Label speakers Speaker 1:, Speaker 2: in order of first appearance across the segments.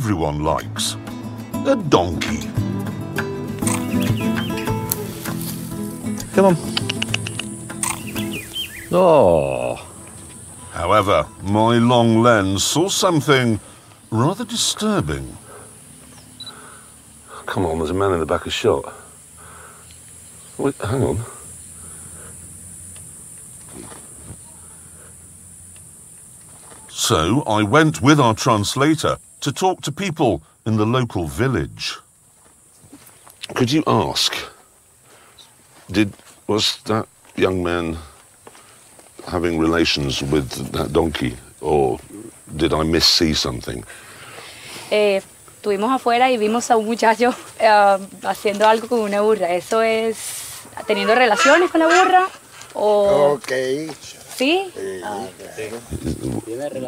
Speaker 1: everyone likes. A donkey.
Speaker 2: Come on. Oh,
Speaker 1: However, my long lens saw something rather disturbing.
Speaker 2: come on, there's a man in the back of shot. Wait, hang on.
Speaker 1: So I went with our translator to talk to people in the local village.
Speaker 2: Could you ask? Did was that young man having relations with that donkey, or did I missee something?
Speaker 3: Eh, estuvimos afuera y vimos a un muchacho eh, haciendo algo con una burra. ¿Eso es teniendo relaciones con la burra? ¿O
Speaker 4: Ok.
Speaker 3: sí? Ah,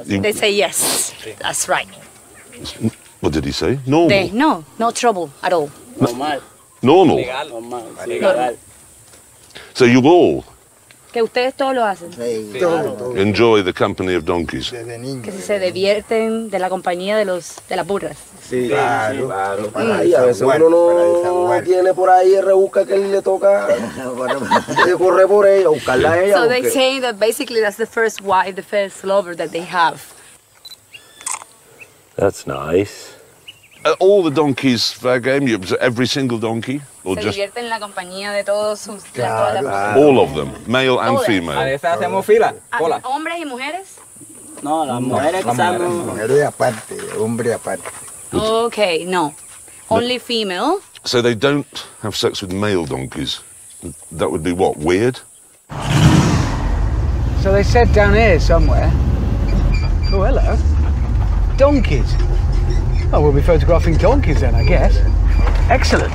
Speaker 2: You-
Speaker 3: They say yes. That's right.
Speaker 2: what did he say? Normal.
Speaker 3: They, no, no trouble at all.
Speaker 5: Normal,
Speaker 2: Normal.
Speaker 5: legal, normal, legal.
Speaker 2: So you all
Speaker 3: Que ustedes todos lo hacen.
Speaker 4: Sí, todo, todo,
Speaker 2: enjoy the company of donkeys.
Speaker 4: desde niño.
Speaker 3: Que si se divierten de la compañía de los de las burras.
Speaker 6: Sí,
Speaker 4: Claro.
Speaker 6: claro.
Speaker 4: Para
Speaker 6: y a veces
Speaker 4: desahogar,
Speaker 6: uno
Speaker 4: para
Speaker 6: no
Speaker 4: desahogar.
Speaker 6: tiene por ahí el rebusca que le toca de correr por ella, buscarla a ella.
Speaker 3: So they
Speaker 6: porque-
Speaker 3: say that basically that's the first wife, the first lover that they have.
Speaker 7: That's nice.
Speaker 2: Are all the donkeys fair game? You, so every single donkey, or
Speaker 3: Se
Speaker 2: just
Speaker 3: divierten en la compañía de todos sus de todas las-
Speaker 2: all of them, male and
Speaker 3: All.
Speaker 5: A
Speaker 2: female?
Speaker 5: veces hacemos fila,
Speaker 3: Ah,
Speaker 5: cola.
Speaker 3: hombres y mujeres.
Speaker 5: No, las mujeres que estamos.
Speaker 4: Mujeres aparte, hombre aparte.
Speaker 3: Okay, no. Only female.
Speaker 2: So they don't have sex with male donkeys. That would be what weird.
Speaker 8: So they said down here somewhere. Oh, hello. Donkeys. Oh, we'll be photographing donkeys then, I guess. Excellent.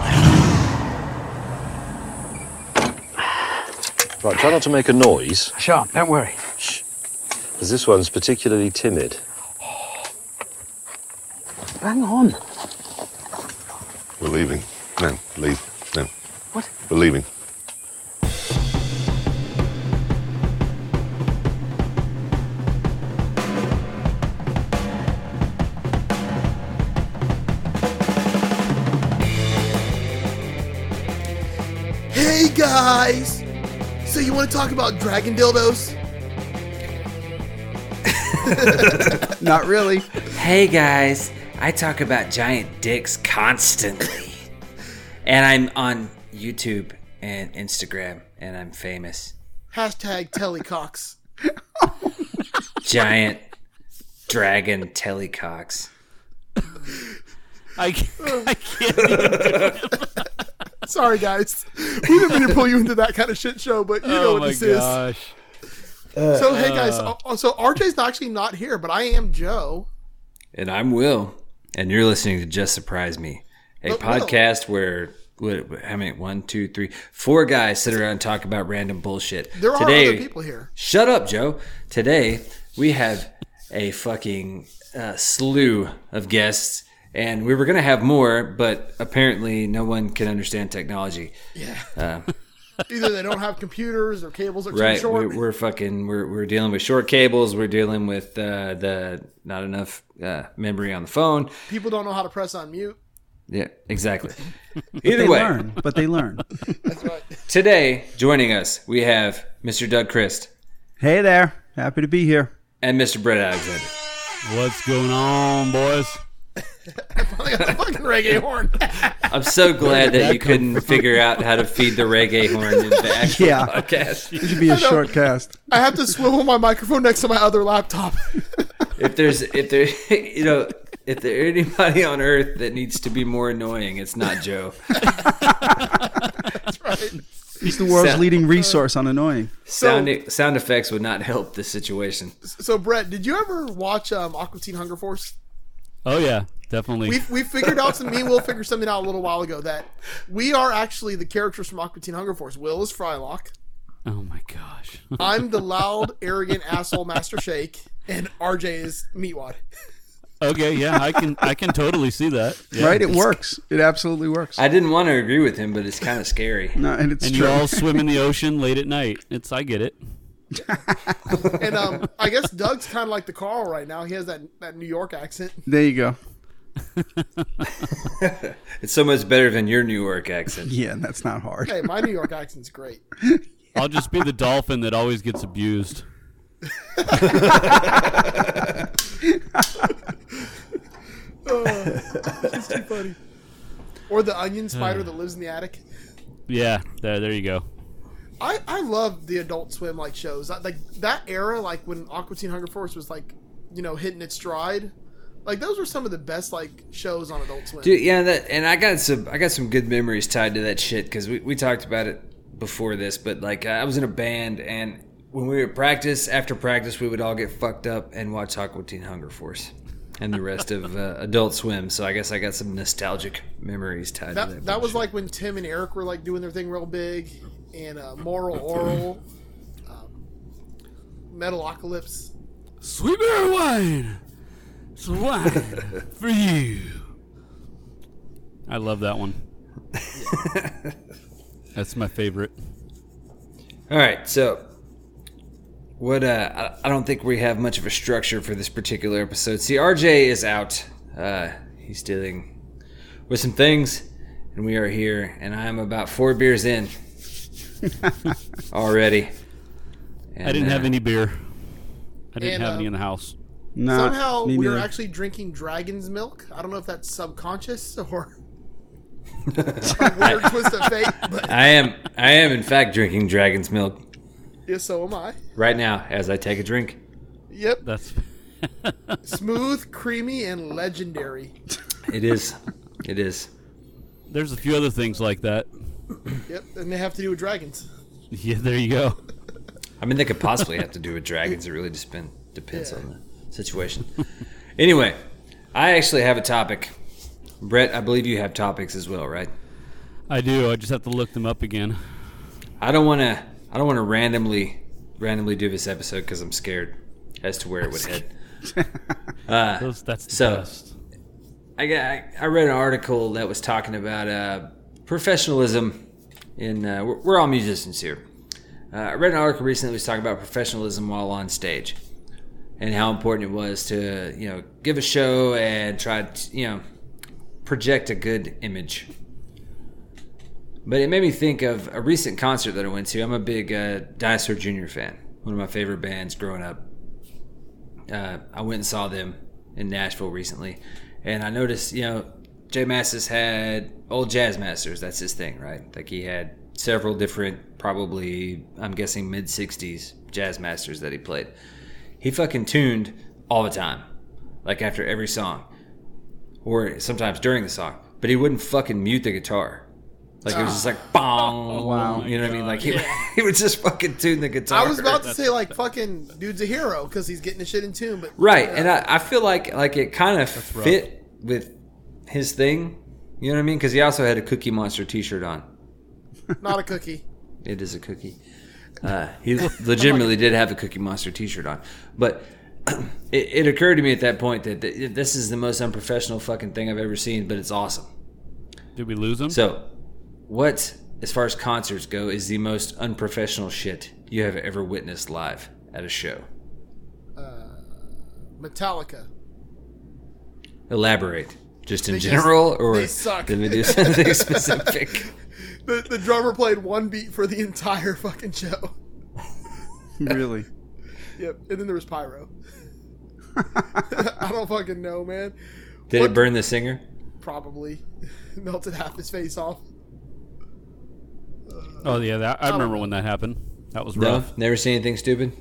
Speaker 7: Right, try not to make a noise,
Speaker 8: Sure, don't worry.
Speaker 7: as this one's particularly timid.
Speaker 8: Hang on.
Speaker 2: We're leaving. No, leave. No.
Speaker 8: What?
Speaker 2: We're leaving.
Speaker 9: Hey guys! So you want to talk about dragon dildos? Not really.
Speaker 10: Hey guys, I talk about giant dicks constantly. and I'm on YouTube and Instagram and I'm famous.
Speaker 9: Hashtag telecox.
Speaker 10: Giant dragon telecox.
Speaker 11: I, I can't even do it.
Speaker 9: Sorry guys. We didn't mean to pull you into that kind of shit show, but you know
Speaker 11: Oh
Speaker 9: what
Speaker 11: my
Speaker 9: this
Speaker 11: gosh.
Speaker 9: is. So hey guys, uh, so RJ's not actually not here, but I am Joe.
Speaker 10: And I'm Will. And you're listening to Just Surprise Me, a
Speaker 9: But Will-
Speaker 10: podcast where what, how many? One, two, three, four guys sit around and talk about random bullshit.
Speaker 9: There are
Speaker 10: Today,
Speaker 9: other people here.
Speaker 10: Shut up, Joe. Today we have a fucking uh, slew of guests, and we were gonna have more, but apparently no one can understand technology.
Speaker 9: Either they don't have computers or cables are too
Speaker 10: Right?
Speaker 9: short.
Speaker 10: We're, we're fucking we're we're dealing with short cables. We're dealing with uh, the not enough uh, memory on the phone.
Speaker 9: People don't know how to press on mute.
Speaker 10: Yeah, exactly.
Speaker 11: They
Speaker 10: Either way,
Speaker 11: learn, but they learn.
Speaker 10: today joining us we have Mr. Doug Christ
Speaker 11: Hey there. Happy to be here.
Speaker 10: and Mr. Brett Alexander.
Speaker 11: What's going on, boys?
Speaker 9: I got the fucking reggae horn.
Speaker 10: I'm so glad that you couldn't figure out how to feed the reggae horn in the actual
Speaker 11: Yeah.
Speaker 10: podcast.
Speaker 11: It should be a short cast.
Speaker 9: I have to swivel my microphone next to my other laptop.
Speaker 10: if there's if there you know if there anybody on earth that needs to be more annoying it's not joe
Speaker 11: He's the world's
Speaker 10: So-
Speaker 11: leading resource on annoying.
Speaker 10: sound sound effects would not help the situation
Speaker 9: So Brett, did you ever watch um, Aqua Teen Hunger Force?
Speaker 11: Oh, yeah. Definitely.
Speaker 9: We we figured out some. Me and Will figured something out a little while ago that we are actually the characters from Aqua Teen Hunger Force. Will is Frylock.
Speaker 11: oh, my gosh.
Speaker 9: I'm the loud, arrogant asshole Master Shake, and RJ is Meatwad.
Speaker 11: okay, yeah, I can I can totally see that.
Speaker 8: Right, it works. It absolutely works.
Speaker 10: i didn't want to agree with him but it's kind of scary
Speaker 8: No, and it's
Speaker 11: And
Speaker 8: true.
Speaker 11: you all swim in the ocean late at night. It's I get it.
Speaker 9: And um, I guess Doug's kind of like the Carl right now. He has that that New York accent.
Speaker 8: there you go.
Speaker 10: It's so much better than your New York accent.
Speaker 11: Yeah, and that's not hard.
Speaker 9: Hey, my New York accent's great.
Speaker 11: I'll just be the dolphin that always gets abused.
Speaker 9: Uh, it's too funny. Or the onion spider that lives in the attic.
Speaker 11: Yeah, there, there you go.
Speaker 9: I, I love the Adult Swim like shows. I, like that era, like when Aqua Teen Hunger Force was like, you know, hitting its stride. Like those were some of the best like shows on Adult Swim.
Speaker 10: Dude, yeah, that, and I got some I got some good memories tied to that shit because we, we talked about it before this, but like I was in a band and when we were at practice after practice, we would all get fucked up and watch Aqua Teen Hunger Force and the rest of uh, Adult Swim. So I guess I got some nostalgic memories tied to
Speaker 9: that
Speaker 10: that.
Speaker 9: that was like when Tim and Eric were like doing their thing real big, and uh, Moral Oral, um, Metalocalypse.
Speaker 11: Sweet beer wine. It's wine for you. I love that one. That's my favorite.
Speaker 10: All right, so what? Uh, I I don't think we have much of a structure for this particular episode. See, RJ is out. Uh, he's dealing with some things, and we are here. And I am about four beers in already.
Speaker 11: I didn't
Speaker 10: uh,
Speaker 11: have any beer. I didn't
Speaker 9: And,
Speaker 11: have
Speaker 9: uh,
Speaker 11: any in the house.
Speaker 12: Uh,
Speaker 9: Somehow we were actually drinking dragon's milk. I don't know if that's subconscious or a weird twist of fate, but
Speaker 10: I am. I am in fact drinking dragon's milk
Speaker 9: yeah, so am I.
Speaker 10: right now as I take a drink.
Speaker 9: Yep,
Speaker 11: That's
Speaker 9: smooth, creamy, and legendary.
Speaker 10: It is. It is.
Speaker 11: There's a few other things like that.
Speaker 9: Yep, and they have to do with dragons.
Speaker 11: Yeah, there you go.
Speaker 10: I mean, they could possibly have to do with dragons. It really just been, depends on the situation. anyway, I actually have a topic. Brett, I believe you have topics as well, right?
Speaker 11: I do. I just have to look them up again.
Speaker 10: I don't want to. I don't want to randomly, randomly do this episode because I'm scared as to where it would head. Uh,
Speaker 11: Those, that's the
Speaker 10: so-
Speaker 11: best.
Speaker 10: I got. I, I read an article that was talking about uh, professionalism. In uh, we're, we're all musicians here. Uh, I read an article recently that was talking about professionalism while on stage, and how important it was to you know give a show and try to you know project a good image. But it made me think of a recent concert that I went to. I'm a big uh, Dinosaur Jr. fan, one of my favorite bands growing up. Uh, I went and saw them in Nashville recently, and I noticed, you know, Jay Massis had old jazz masters. That's his thing, right? Like he had several different, probably I'm guessing mid '60s jazz masters that he played. He fucking tuned all the time, like after every song, or sometimes during the song. But he wouldn't fucking mute the guitar. Like it was just like bong, wow. You know what I mean? Like he, he would just fucking tune the guitar.
Speaker 9: Oh, I was about to say like fucking dude's a hero because he's getting his shit in tune, but
Speaker 10: Right, and I, I feel like like it kind of
Speaker 11: rough.
Speaker 10: fit with his thing. You know what I mean? Because he also had a Cookie Monster T-shirt on.
Speaker 9: not a cookie.
Speaker 10: It is a cookie. Uh, he legitimately did have a Cookie Monster T-shirt on, but it, it occurred to me at that point that th- this is the most unprofessional fucking thing I've ever seen, but it's awesome.
Speaker 11: Did we lose them?
Speaker 10: So, what, as far as concerts go, is the most unprofessional shit you have ever witnessed live at a show?
Speaker 9: Metallica.
Speaker 10: Elaborate, just in general, or
Speaker 9: they suck.
Speaker 10: did we do something specific?
Speaker 9: The the drummer played one beat for the entire fucking show.
Speaker 11: really?
Speaker 9: Yep, and then there was pyro. I don't fucking know, man.
Speaker 10: Did
Speaker 9: What-
Speaker 10: it burn the singer?
Speaker 9: Probably melted half his face off.
Speaker 11: Oh yeah, that, I remember when that happened. That was
Speaker 10: No,
Speaker 11: rough. Uh,
Speaker 10: never seen anything stupid.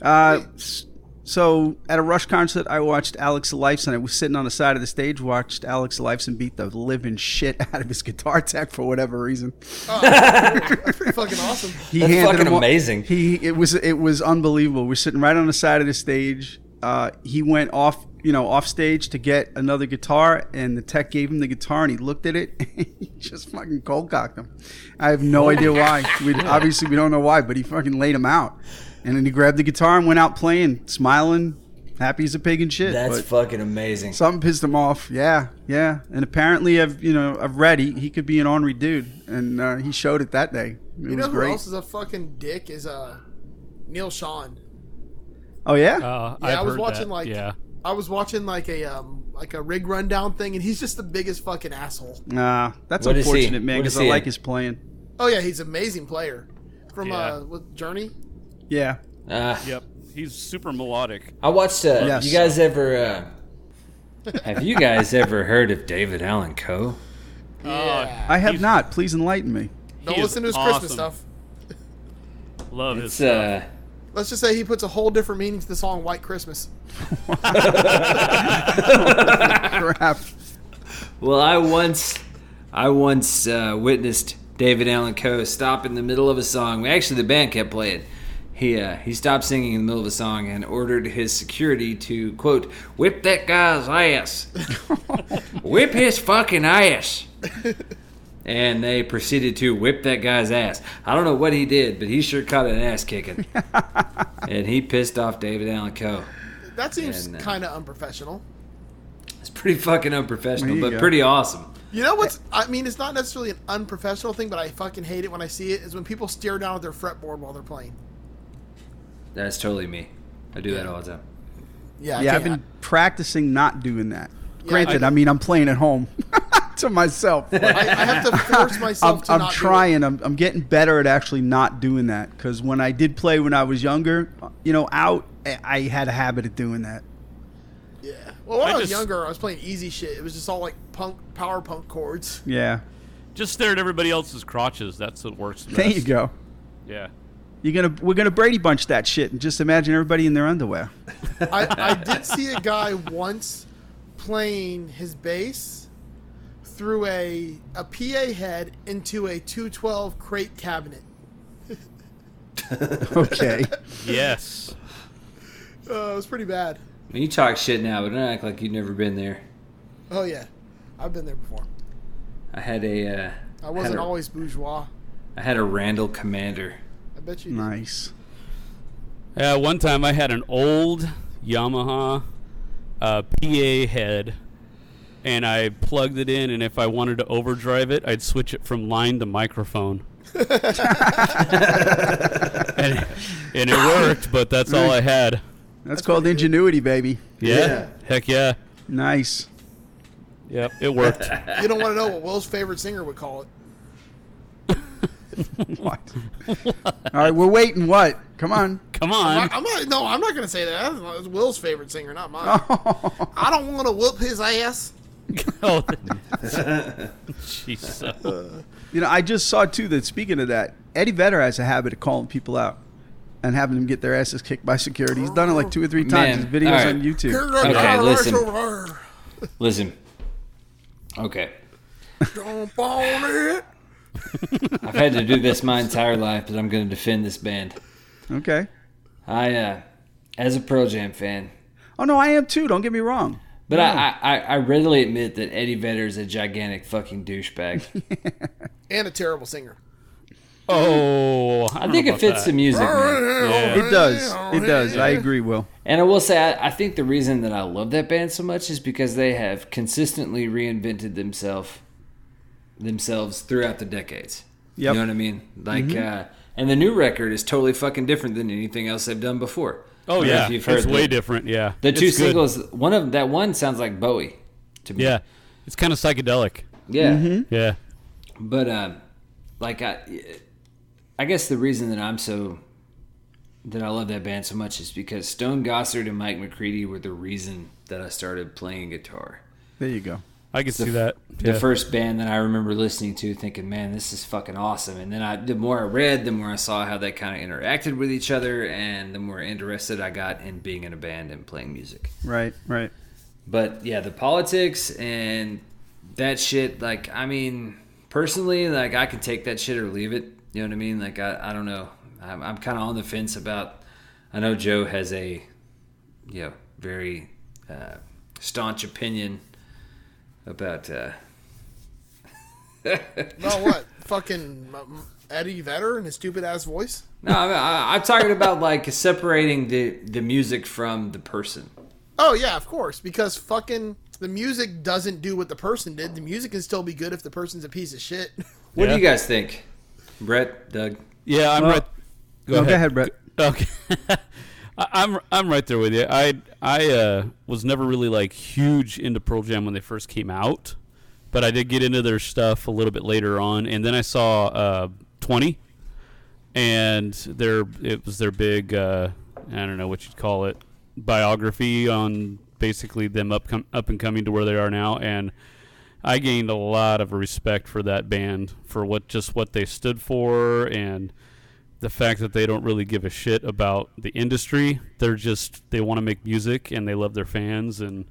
Speaker 12: Uh, s- so at a Rush concert, I watched Alex Lifeson. I was sitting on the side of the stage, watched Alex Lifeson beat the living shit out of his guitar tech for whatever reason.
Speaker 9: That's pretty fucking awesome.
Speaker 12: He
Speaker 10: That's
Speaker 12: handed
Speaker 10: fucking
Speaker 12: him all-
Speaker 10: amazing.
Speaker 12: He it was it was unbelievable. We're sitting right on the side of the stage. Uh, he went off you know off stage to get another guitar, and the tech gave him the guitar, and he looked at it, and he just fucking cold cocked him. I have no idea why. We obviously we don't know why, but he fucking laid him out, and then he grabbed the guitar and went out playing, smiling, happy as a pig and shit.
Speaker 10: That's
Speaker 12: but-
Speaker 10: fucking amazing.
Speaker 12: Something pissed him off. Yeah, yeah. And apparently, I've you know I've read he, he could be an ornery dude, and uh, he showed it that day. It
Speaker 9: you
Speaker 12: was
Speaker 9: know who
Speaker 12: great.
Speaker 9: else is a fucking dick? Is uh Neil Sean.
Speaker 12: Oh yeah.
Speaker 11: Uh,
Speaker 9: Yeah,
Speaker 11: I've
Speaker 9: I was
Speaker 12: Oh,
Speaker 11: heard
Speaker 9: watching
Speaker 11: that.
Speaker 9: like
Speaker 11: yeah.
Speaker 9: I was watching like a um like a rig rundown thing, and he's just the biggest fucking asshole.
Speaker 12: Nah, that's
Speaker 7: What is he?
Speaker 12: unfortunate, man,
Speaker 7: What
Speaker 12: because
Speaker 7: is
Speaker 12: I
Speaker 7: he
Speaker 12: like
Speaker 7: in?
Speaker 12: his playing.
Speaker 9: Oh yeah, he's an amazing player. From
Speaker 11: Yeah.
Speaker 9: uh, what, Journey.
Speaker 12: Yeah.
Speaker 10: Uh,
Speaker 11: yep. He's super melodic.
Speaker 10: I watched. Uh,
Speaker 11: Yes.
Speaker 10: You guys ever? Uh, have you guys ever heard of David Allen Coe?
Speaker 12: I have not. Please enlighten me.
Speaker 9: Don't
Speaker 11: Uh, He is
Speaker 9: listen to his Christmas
Speaker 11: awesome.
Speaker 9: stuff.
Speaker 11: Love
Speaker 10: It's uh,
Speaker 9: Let's just say he puts a whole different meaning to the song "White Christmas."
Speaker 12: Crap.
Speaker 10: Well, I once, I once uh, witnessed David Allen Coe stop in the middle of a song. Actually, the band kept playing. He uh, he stopped singing in the middle of a song and ordered his security to quote whip that guy's ass, whip his fucking ass. And they proceeded to whip that guy's ass. I don't know what he did, but he sure caught an ass kicking. and he pissed off David Allen Coe.
Speaker 9: That seems
Speaker 10: And, uh,
Speaker 9: kind of unprofessional.
Speaker 10: It's pretty fucking unprofessional,
Speaker 12: There you
Speaker 10: but
Speaker 12: go.
Speaker 10: pretty awesome.
Speaker 9: You know what's? I mean, it's not necessarily an unprofessional thing, but I fucking hate it when I see it. Is when people stare down at their fretboard while they're playing.
Speaker 10: That's totally me. I do that all the time.
Speaker 9: Yeah,
Speaker 12: yeah, I've been practicing not doing that.
Speaker 9: Yeah,
Speaker 12: Granted, I,
Speaker 9: I-
Speaker 12: mean I'm playing at home to myself. I,
Speaker 9: have to force myself
Speaker 12: I'm,
Speaker 9: to
Speaker 12: I'm
Speaker 9: not do it.
Speaker 12: trying. I'm, I'm getting better at actually not doing that because when I did play when I was younger, you know, out I- I had a habit of doing that.
Speaker 9: Well, when
Speaker 11: I
Speaker 9: I, was
Speaker 11: just-
Speaker 9: younger, I was playing easy shit. It was just all like punk, power punk chords.
Speaker 12: Yeah,
Speaker 11: Just stare at everybody else's crotches. That's what works. Best.
Speaker 12: there you go.
Speaker 11: Yeah.
Speaker 12: You're gonna we're gonna Brady bunch that shit and just imagine everybody in their underwear.
Speaker 9: I, I did see a guy once playing his bass through a a PA head into a 212 crate cabinet.
Speaker 12: Okay.
Speaker 11: Yes.
Speaker 9: Uh, it was pretty bad.
Speaker 10: I mean, you talk shit now, but don't act like you've never been there.
Speaker 9: Oh yeah, I've been there before.
Speaker 10: I had a, uh,
Speaker 9: I wasn't
Speaker 10: a-
Speaker 9: always bourgeois.
Speaker 10: I had a Randall Commander.
Speaker 9: I bet you.
Speaker 12: nice.
Speaker 11: Uh, one time I had an old Yamaha uh, PA head, and I plugged it in, and if I wanted to overdrive it, I'd switch it from line to microphone. and, and it worked, but that's all I had.
Speaker 12: That's, called ingenuity, baby.
Speaker 11: Yeah. Heck yeah.
Speaker 12: Nice.
Speaker 11: Yep, it worked.
Speaker 9: You don't want to know what Will's favorite singer would call it.
Speaker 12: what? All right, we're waiting. What? Come on.
Speaker 11: Come
Speaker 9: I'm
Speaker 11: on.
Speaker 9: not, I'm not- no, I'm not going to say that. That's Will's favorite singer, not mine. I don't want to whoop his ass.
Speaker 11: Oh, Jesus.
Speaker 10: Uh.
Speaker 12: You know, I just saw too that speaking of that, Eddie Vedder has a habit of calling people out and having them get their asses kicked by security. He's done it like two or three times. His
Speaker 10: Man,
Speaker 12: videos
Speaker 10: all right.
Speaker 12: on YouTube.
Speaker 10: Okay, listen, listen. Okay,
Speaker 9: Jump on it.
Speaker 10: I've had to do this my entire life, but I'm going to defend this band.
Speaker 12: Okay.
Speaker 10: I, uh, as a Pearl Jam fan,
Speaker 12: Oh no, I am too. Don't get me wrong.
Speaker 10: but I, I, I readily admit that Eddie Vedder is a gigantic fucking douchebag.
Speaker 9: And a terrible singer.
Speaker 11: Oh,
Speaker 10: I think it fits the music. Man.
Speaker 12: It does. It does. I agree, Will.
Speaker 10: And I will say, I, I think the reason that I love that band so much is because they have consistently reinvented themselves themselves throughout the decades.
Speaker 12: Yep.
Speaker 10: You know what I mean? Like, uh, and the new record is totally fucking different than anything else they've done before. I
Speaker 11: Oh,
Speaker 10: don't know
Speaker 11: yeah.
Speaker 10: if
Speaker 11: It's way
Speaker 10: the,
Speaker 11: different. Yeah.
Speaker 10: The
Speaker 11: It's
Speaker 10: two
Speaker 11: good.
Speaker 10: singles, one of that one sounds like Bowie to me.
Speaker 11: Yeah. It's kind of psychedelic.
Speaker 10: Yeah.
Speaker 11: Yeah.
Speaker 10: But um, like I, I guess the reason that I'm so that I love that band so much is because Stone Gossard and Mike McCready were the reason that I started playing guitar.
Speaker 12: There you go.
Speaker 11: I can see that.
Speaker 10: The
Speaker 11: Yeah.
Speaker 10: first band that I remember listening to, thinking, "Man, this is fucking awesome." And then I, the more I read, the more I saw how they kind of interacted with each other, and the more interested I got in being in a band and playing music.
Speaker 12: Right, right.
Speaker 10: But yeah, the politics and that shit, like, I mean, personally, like, I can take that shit or leave it. You know what I mean? Like, I, I don't know. I'm, I'm kind of on the fence about. I know Joe has a, you know, very uh, staunch opinion about. Uh,
Speaker 9: No, what? Fucking um, Eddie Vedder and his stupid ass voice?
Speaker 10: no, I, I, I'm talking about like separating the the music from the person.
Speaker 9: Oh, yeah, of course. Because fucking the music doesn't do what the person did. The music can still be good if the person's a piece of shit.
Speaker 10: What
Speaker 11: Yeah.
Speaker 10: do you guys think, Brett, Doug?
Speaker 11: Yeah, I'm
Speaker 12: Well,
Speaker 11: right.
Speaker 12: no, go ahead, Brett.
Speaker 11: Okay. I, I'm I'm right there with you. I I uh, was never really like huge into Pearl Jam when they first came out, but I did get into their stuff a little bit later on, and then I saw uh, Twenty, and their it was their big uh, I don't know what you'd call it biography on basically them up com- up and coming to where they are now, and I gained a lot of respect for that band for what just what they stood for and the fact that they don't really give a shit about the industry. They're just they want to make music and they love their fans and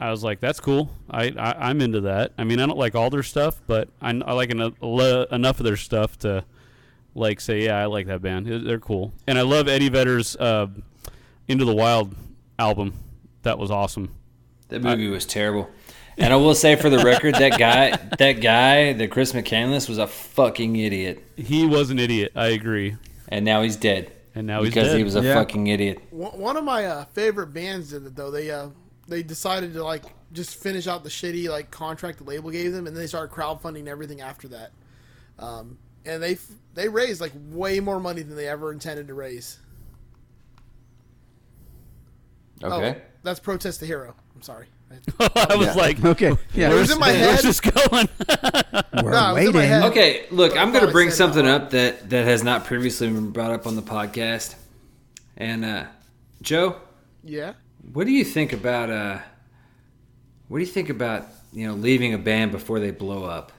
Speaker 11: I was like, that's cool. I, I I'm into that. I mean, I don't like all their stuff, but I, I like enough, le, enough of their stuff to like say, yeah, I like that band. They're- They're cool, and I love Eddie Vedder's uh, "Into the Wild" album. That was awesome.
Speaker 10: That movie was terrible. And I will say for the record, that guy, that guy, the Chris McCandless was a fucking idiot.
Speaker 11: He was an idiot. I agree.
Speaker 10: And now he's dead.
Speaker 11: And now he's
Speaker 10: because
Speaker 11: dead.
Speaker 10: he was a
Speaker 11: Yeah.
Speaker 10: fucking idiot.
Speaker 9: One one of my uh, favorite bands did it though. They uh, they decided to like just finish out the shitty like contract the label gave them, and they started crowdfunding everything after that. Um, and they f- they raised like way more money than they ever intended to raise.
Speaker 10: Okay.
Speaker 9: Oh, that's protest the hero. I'm sorry.
Speaker 11: I was like,
Speaker 12: okay,
Speaker 9: It was in my head.
Speaker 11: Where's this going?
Speaker 9: no, it was in my head.
Speaker 10: Okay, look,
Speaker 9: But I
Speaker 10: I'm going to
Speaker 9: thought I
Speaker 10: bring
Speaker 9: said
Speaker 10: something up that that has not previously been brought up on the podcast. And uh, Joe,
Speaker 9: Yeah.
Speaker 10: what do you think about uh, what do you think about you know leaving a band before they blow up?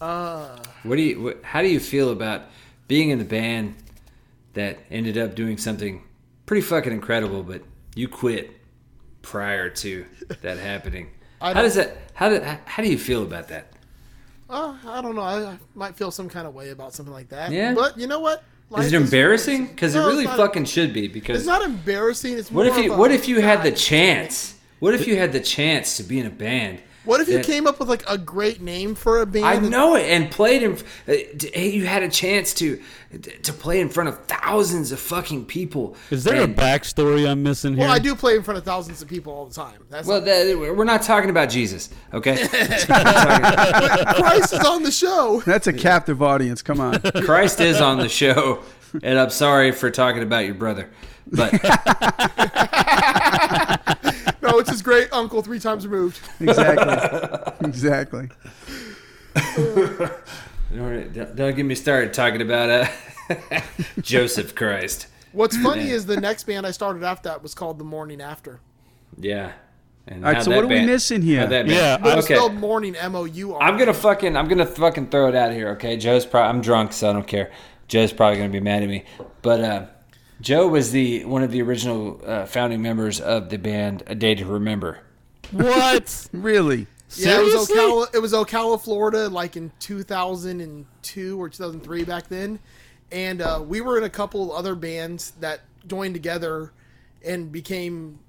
Speaker 9: Uh,
Speaker 10: What do you? What, how do you feel about being in the band that ended up doing something pretty fucking incredible, but you quit prior to that happening?
Speaker 9: I
Speaker 10: How does
Speaker 9: don't-
Speaker 10: that? How do how do you feel about that?
Speaker 9: uh, I don't know. I, I might feel some kind of way about something like that.
Speaker 10: Yeah.
Speaker 9: But you know what?
Speaker 10: Is
Speaker 9: Life
Speaker 10: it embarrassing? Because
Speaker 9: No,
Speaker 10: it
Speaker 9: it's
Speaker 10: really
Speaker 9: not-
Speaker 10: fucking should be. Because
Speaker 9: It's not embarrassing. It's
Speaker 10: what if
Speaker 9: more
Speaker 10: you
Speaker 9: of a-
Speaker 10: what if you had the chance? What if you had the chance to be in a band?
Speaker 9: What if you
Speaker 10: that-
Speaker 9: came up with like a great name for a band?
Speaker 10: I know it and played in. uh, d- hey, You had a chance to to play in front of thousands of fucking people.
Speaker 11: Is there a
Speaker 10: And-
Speaker 11: backstory I'm missing here?
Speaker 9: Well, I do play in front of thousands of people all the time. That's
Speaker 10: Well, that, we're not talking about Jesus, okay?
Speaker 9: Christ is on the show.
Speaker 12: That's a captive audience. Come on.
Speaker 10: Christ is on the show, and I'm sorry for talking about your brother, but
Speaker 9: No, it's his great uncle three times removed.
Speaker 12: Exactly. exactly.
Speaker 10: don't, don't get me started talking about uh, Joseph Christ.
Speaker 9: What's funny
Speaker 10: Yeah.
Speaker 9: is the next band I started after that was called The Morning After.
Speaker 10: yeah. And
Speaker 12: All right,
Speaker 10: how
Speaker 12: so
Speaker 10: that
Speaker 12: what are we
Speaker 10: band-
Speaker 12: missing here?
Speaker 10: how that band-
Speaker 12: Yeah,
Speaker 9: But it's
Speaker 10: okay.
Speaker 9: spelled Morning M O U R.
Speaker 10: I'm gonna fucking I'm gonna fucking throw it out here, okay? Joe's probably I'm drunk, so I don't care. Joe's probably gonna be mad at me, but uh, Joe was the one of the original uh, founding members of the band A Day to Remember.
Speaker 11: What?
Speaker 12: really?
Speaker 9: Yeah, it was,
Speaker 12: Seriously?
Speaker 9: Ocala, it was Ocala, Florida, like in 2002 or 2003 back then. And uh, we were in a couple other bands that joined together and became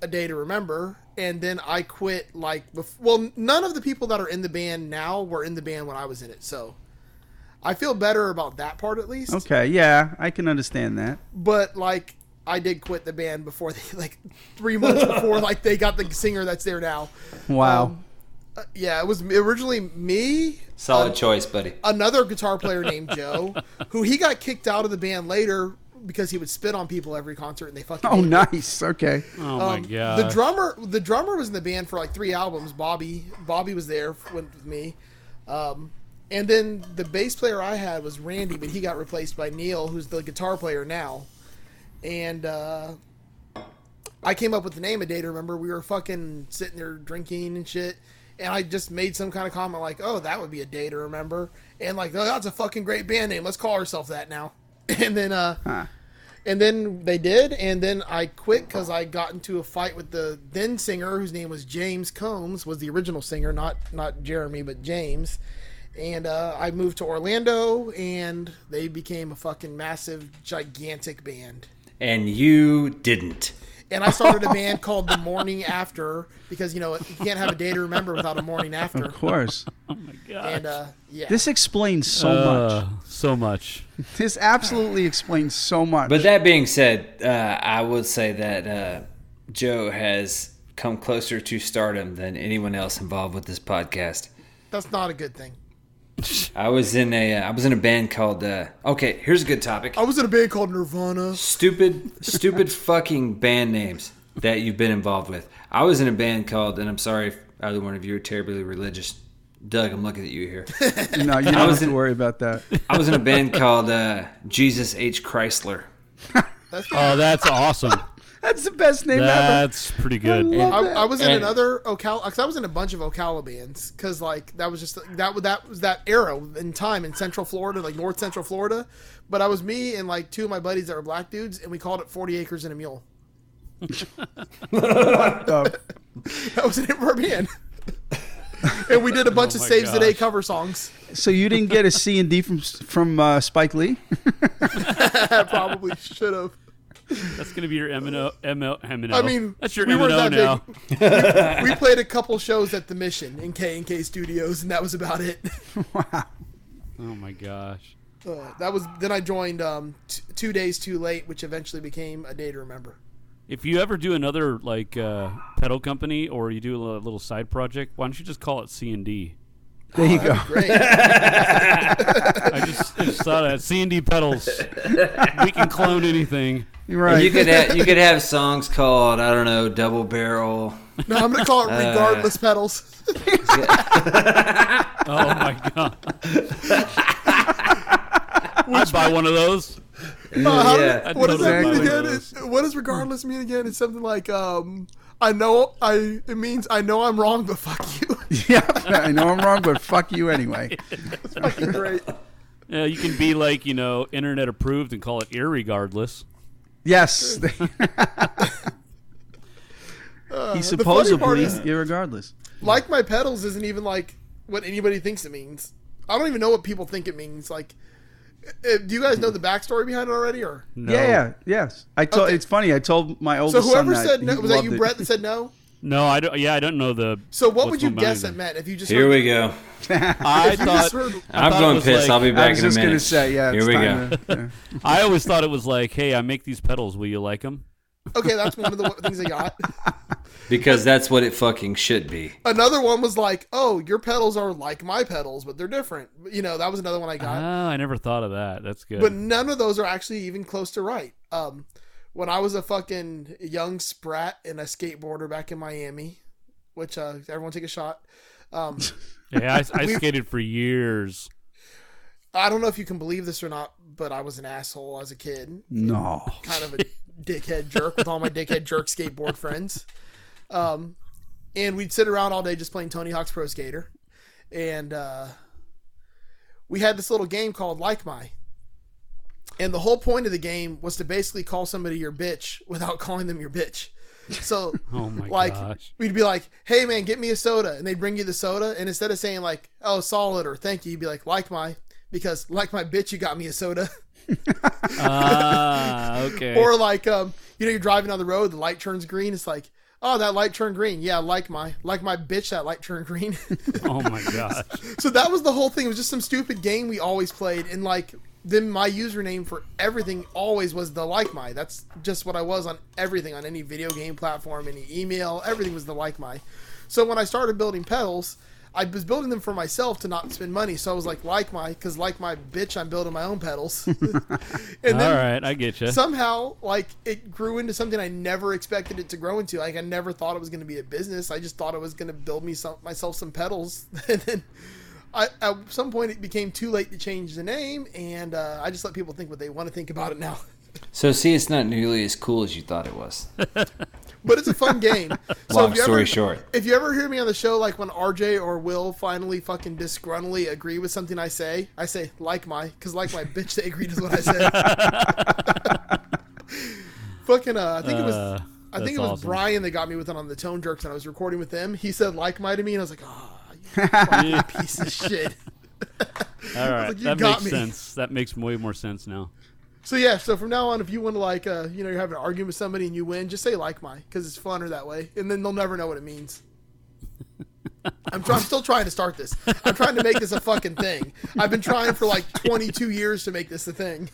Speaker 9: A Day to Remember. And then I quit, like, bef- well, none of the people that are in the band now were in the band when I was in it. So I feel better about that part at least.
Speaker 12: Okay. Yeah, I can understand that.
Speaker 9: But, like, I did quit the band before they, like, three months before, like, they got the singer that's there now.
Speaker 12: Wow.
Speaker 9: Uh, yeah, it was originally me,
Speaker 10: Solid choice, buddy.
Speaker 9: another guitar player named Joe, who he got kicked out of the band later because he would spit on people every concert and they fucking.
Speaker 12: oh,
Speaker 9: hated it.
Speaker 12: nice. Okay.
Speaker 11: Oh
Speaker 9: Um, The drummer, the drummer was in the band for like three albums. Bobby, Bobby was there f- went with me, um, and then the bass player I had was Randy, but he got replaced by Neil, who's the guitar player now. And uh, I came up with the name a day to remember. We were fucking sitting there drinking and shit, and I just made some kind of comment like, "Oh, that would be a day to remember," and like, "Oh, that's a fucking great band name. Let's call ourselves that now." And then, uh,
Speaker 12: Huh.
Speaker 9: and then they did, and then I quit because I got into a fight with the then singer, whose name was James Combs, was the original singer, not not Jeremy, but James. And uh, I moved to Orlando, and they became a fucking massive, gigantic band.
Speaker 10: And you didn't.
Speaker 9: And I started a band called The Morning After because you know you can't have a day to remember without a morning after.
Speaker 12: Of course.
Speaker 9: And uh, yeah,
Speaker 12: This explains so
Speaker 11: Uh, So much.
Speaker 12: much. This absolutely explains so much.
Speaker 10: But that being said, uh, I would say that uh, Joe has come closer to stardom than anyone else involved with this podcast.
Speaker 9: that's not a good thing.
Speaker 10: I was in a uh, I was in a band called uh, okay. Here's a good topic.
Speaker 9: I was in a band called Nirvana.
Speaker 10: Stupid, stupid fucking band names that you've been involved with. I was in a band called, and I'm sorry if either one of you are terribly religious. Doug, I'm looking at you here.
Speaker 12: No, you don't
Speaker 10: I
Speaker 12: have
Speaker 10: was
Speaker 12: to
Speaker 10: in,
Speaker 12: worry about that.
Speaker 10: I was in a band called uh, Jesus H Chrysler.
Speaker 11: Oh, that's awesome.
Speaker 12: That's the best name
Speaker 11: That's pretty good.
Speaker 9: I, I was in
Speaker 10: And-
Speaker 9: another Ocala because I was in a bunch of Ocala bands because like that was just that was that was that era in time in Central Florida, like North Central Florida. But I was me and like two of my buddies that were black dudes, and we called it Forty Acres and a Mule.
Speaker 12: ever. Uh,
Speaker 9: That was an improv band, and we did a bunch
Speaker 12: Oh
Speaker 9: of
Speaker 12: my
Speaker 9: Saves the Day
Speaker 12: gosh.
Speaker 9: cover songs.
Speaker 12: so you didn't get a C and D from from uh, Spike Lee?
Speaker 9: Probably should have.
Speaker 11: That's gonna be your MNO, ML, MNO.
Speaker 9: I mean,
Speaker 11: that's your
Speaker 9: we weren't
Speaker 11: MNO
Speaker 9: that
Speaker 11: now.
Speaker 9: big. we, we played a couple shows at the Mission in K and K Studios, and that was about it.
Speaker 11: oh my gosh.
Speaker 9: Uh, that was then I joined um, t- two days too late, which eventually became a day to remember.
Speaker 11: If you ever do another like uh, pedal company or you do a little side project, why don't you just call it C and D?
Speaker 12: There you
Speaker 10: Uh,
Speaker 12: go.
Speaker 11: I just, I just saw that C and D pedals. We can clone anything.
Speaker 10: You could have, you could have songs called I don't know Double Barrel.
Speaker 9: No, I'm gonna call it
Speaker 10: Uh,
Speaker 9: regardless pedals.
Speaker 11: Oh my god! I'd buy one of those.
Speaker 9: Uh, how-
Speaker 11: I'd
Speaker 9: what does
Speaker 11: totally
Speaker 9: that
Speaker 11: buy
Speaker 9: mean
Speaker 11: one of
Speaker 9: again?
Speaker 11: those.
Speaker 9: It, what does regardless mean again? It's something like um, I know I. It means I know I'm wrong, but fuck you.
Speaker 12: yeah, I know I'm wrong, but fuck you anyway.
Speaker 9: It's fucking great.
Speaker 11: Yeah, you can be like you know internet approved and call it irregardless.
Speaker 12: Yes.
Speaker 9: Uh,
Speaker 12: he
Speaker 9: the funny part
Speaker 12: supposedly,
Speaker 9: is,
Speaker 12: irregardless.
Speaker 9: like my pedals isn't even like what anybody thinks it means. I don't even know what people think it means. Like, uh, do you guys know the backstory behind it already, or
Speaker 12: Yeah, yeah, yes. I told. It's funny. I told my
Speaker 9: so
Speaker 12: oldest son
Speaker 9: whoever
Speaker 12: that.
Speaker 9: said
Speaker 12: He
Speaker 9: no, was that
Speaker 12: loved
Speaker 9: you,
Speaker 12: it.
Speaker 9: Brett, that said no?
Speaker 11: No, I don't. Yeah, I don't know the.
Speaker 9: So what
Speaker 11: what's
Speaker 9: would you
Speaker 11: going on
Speaker 9: guess it
Speaker 11: either.
Speaker 9: meant if you just
Speaker 10: Here
Speaker 9: heard-
Speaker 10: we go.
Speaker 11: I
Speaker 9: If you
Speaker 11: thought
Speaker 9: just heard-
Speaker 11: I
Speaker 10: I'm
Speaker 11: thought it
Speaker 10: going
Speaker 11: was
Speaker 10: pissed. I'll be
Speaker 11: like-
Speaker 10: back I was in a just gonna minute.
Speaker 12: say, yeah,
Speaker 10: Here
Speaker 12: it's
Speaker 10: we
Speaker 12: time
Speaker 10: go.
Speaker 12: to-
Speaker 11: I always thought it was like, hey, I make these pedals. Will you like them?
Speaker 9: Okay, that's one of the things I got.
Speaker 10: Because that's what it fucking should be.
Speaker 9: Another one was like, "Oh, your pedals are like my pedals, but they're different." You know, that was another one I
Speaker 11: Oh,
Speaker 9: got.
Speaker 11: I never thought of that. That's good.
Speaker 9: But none of those are actually even close to right. Um, when I was a fucking young sprat and a skateboarder back in Miami, which uh, everyone take a shot. Um,
Speaker 11: yeah, I, I
Speaker 9: we-
Speaker 11: skated for years.
Speaker 9: I don't know if you can believe this or not, but I was an asshole as a kid.
Speaker 12: No.
Speaker 9: Kind of a dickhead jerk with all my dickhead jerk skateboard friends. Um, and we'd sit around all day just playing Tony Hawk's Pro Skater. And uh, we had this little game called Like My. And the whole point of the game was to basically call somebody your bitch without calling them your bitch. So,
Speaker 11: Oh my
Speaker 9: like,
Speaker 11: gosh.
Speaker 9: we'd be like, hey, man, get me a soda. And they'd bring you the soda. And instead of saying, like, oh, solid or thank you, you'd be like, like my, because like my bitch, you got me a soda.
Speaker 11: Ah, okay.
Speaker 9: Or like, um, you know, you're driving on the road, the light turns green. It's like, oh, that light turned green. Yeah, like my, like my bitch, that light turned green.
Speaker 11: oh my gosh.
Speaker 9: so that was the whole thing. It was just some stupid game we always played, and like then my username for everything always was the like my. That's just what I was on everything on any video game platform, any email, everything was the like my. So when I started building pedals, I was building them for myself to not spend money. So I was like like my because like my bitch, I'm building my own pedals. and
Speaker 11: All
Speaker 9: then
Speaker 11: right, I get you.
Speaker 9: somehow like it grew into something I never expected it to grow into. Like I never thought it was going to be a business. I just thought it was going to build me some myself some pedals, and then I, at some point it became too late to change the name, and uh, I just let people think what they want to think about it now.
Speaker 10: So see, it's not nearly as cool as you thought it was.
Speaker 9: But it's a fun game.
Speaker 10: Long
Speaker 9: if you
Speaker 10: story
Speaker 9: ever,
Speaker 10: short.
Speaker 9: if you ever hear me on the show, like when RJ or Will finally fucking disgruntly agree with something I say, I say like my because like my bitch they agreed with what I said. fucking, uh, I think it was.
Speaker 11: Uh,
Speaker 9: I think
Speaker 11: that's
Speaker 9: it was
Speaker 11: awesome.
Speaker 9: Brian that got me with it on the Tone Jerks, and I was recording with them. He said like my to me, and I was like, ah, you fucking piece of shit.
Speaker 11: All right,
Speaker 9: like, you
Speaker 11: that
Speaker 9: got
Speaker 11: makes
Speaker 9: me.
Speaker 11: sense. That makes way more sense now.
Speaker 9: So yeah, so from now on, if you want to like, uh, you know, you're having an argument with somebody and you win, just say like my, because it's funner that way, and then they'll never know what it means. I'm, try- I'm still trying to start this. I'm trying to make this a fucking thing. I've been trying for like 22 years to make this a thing.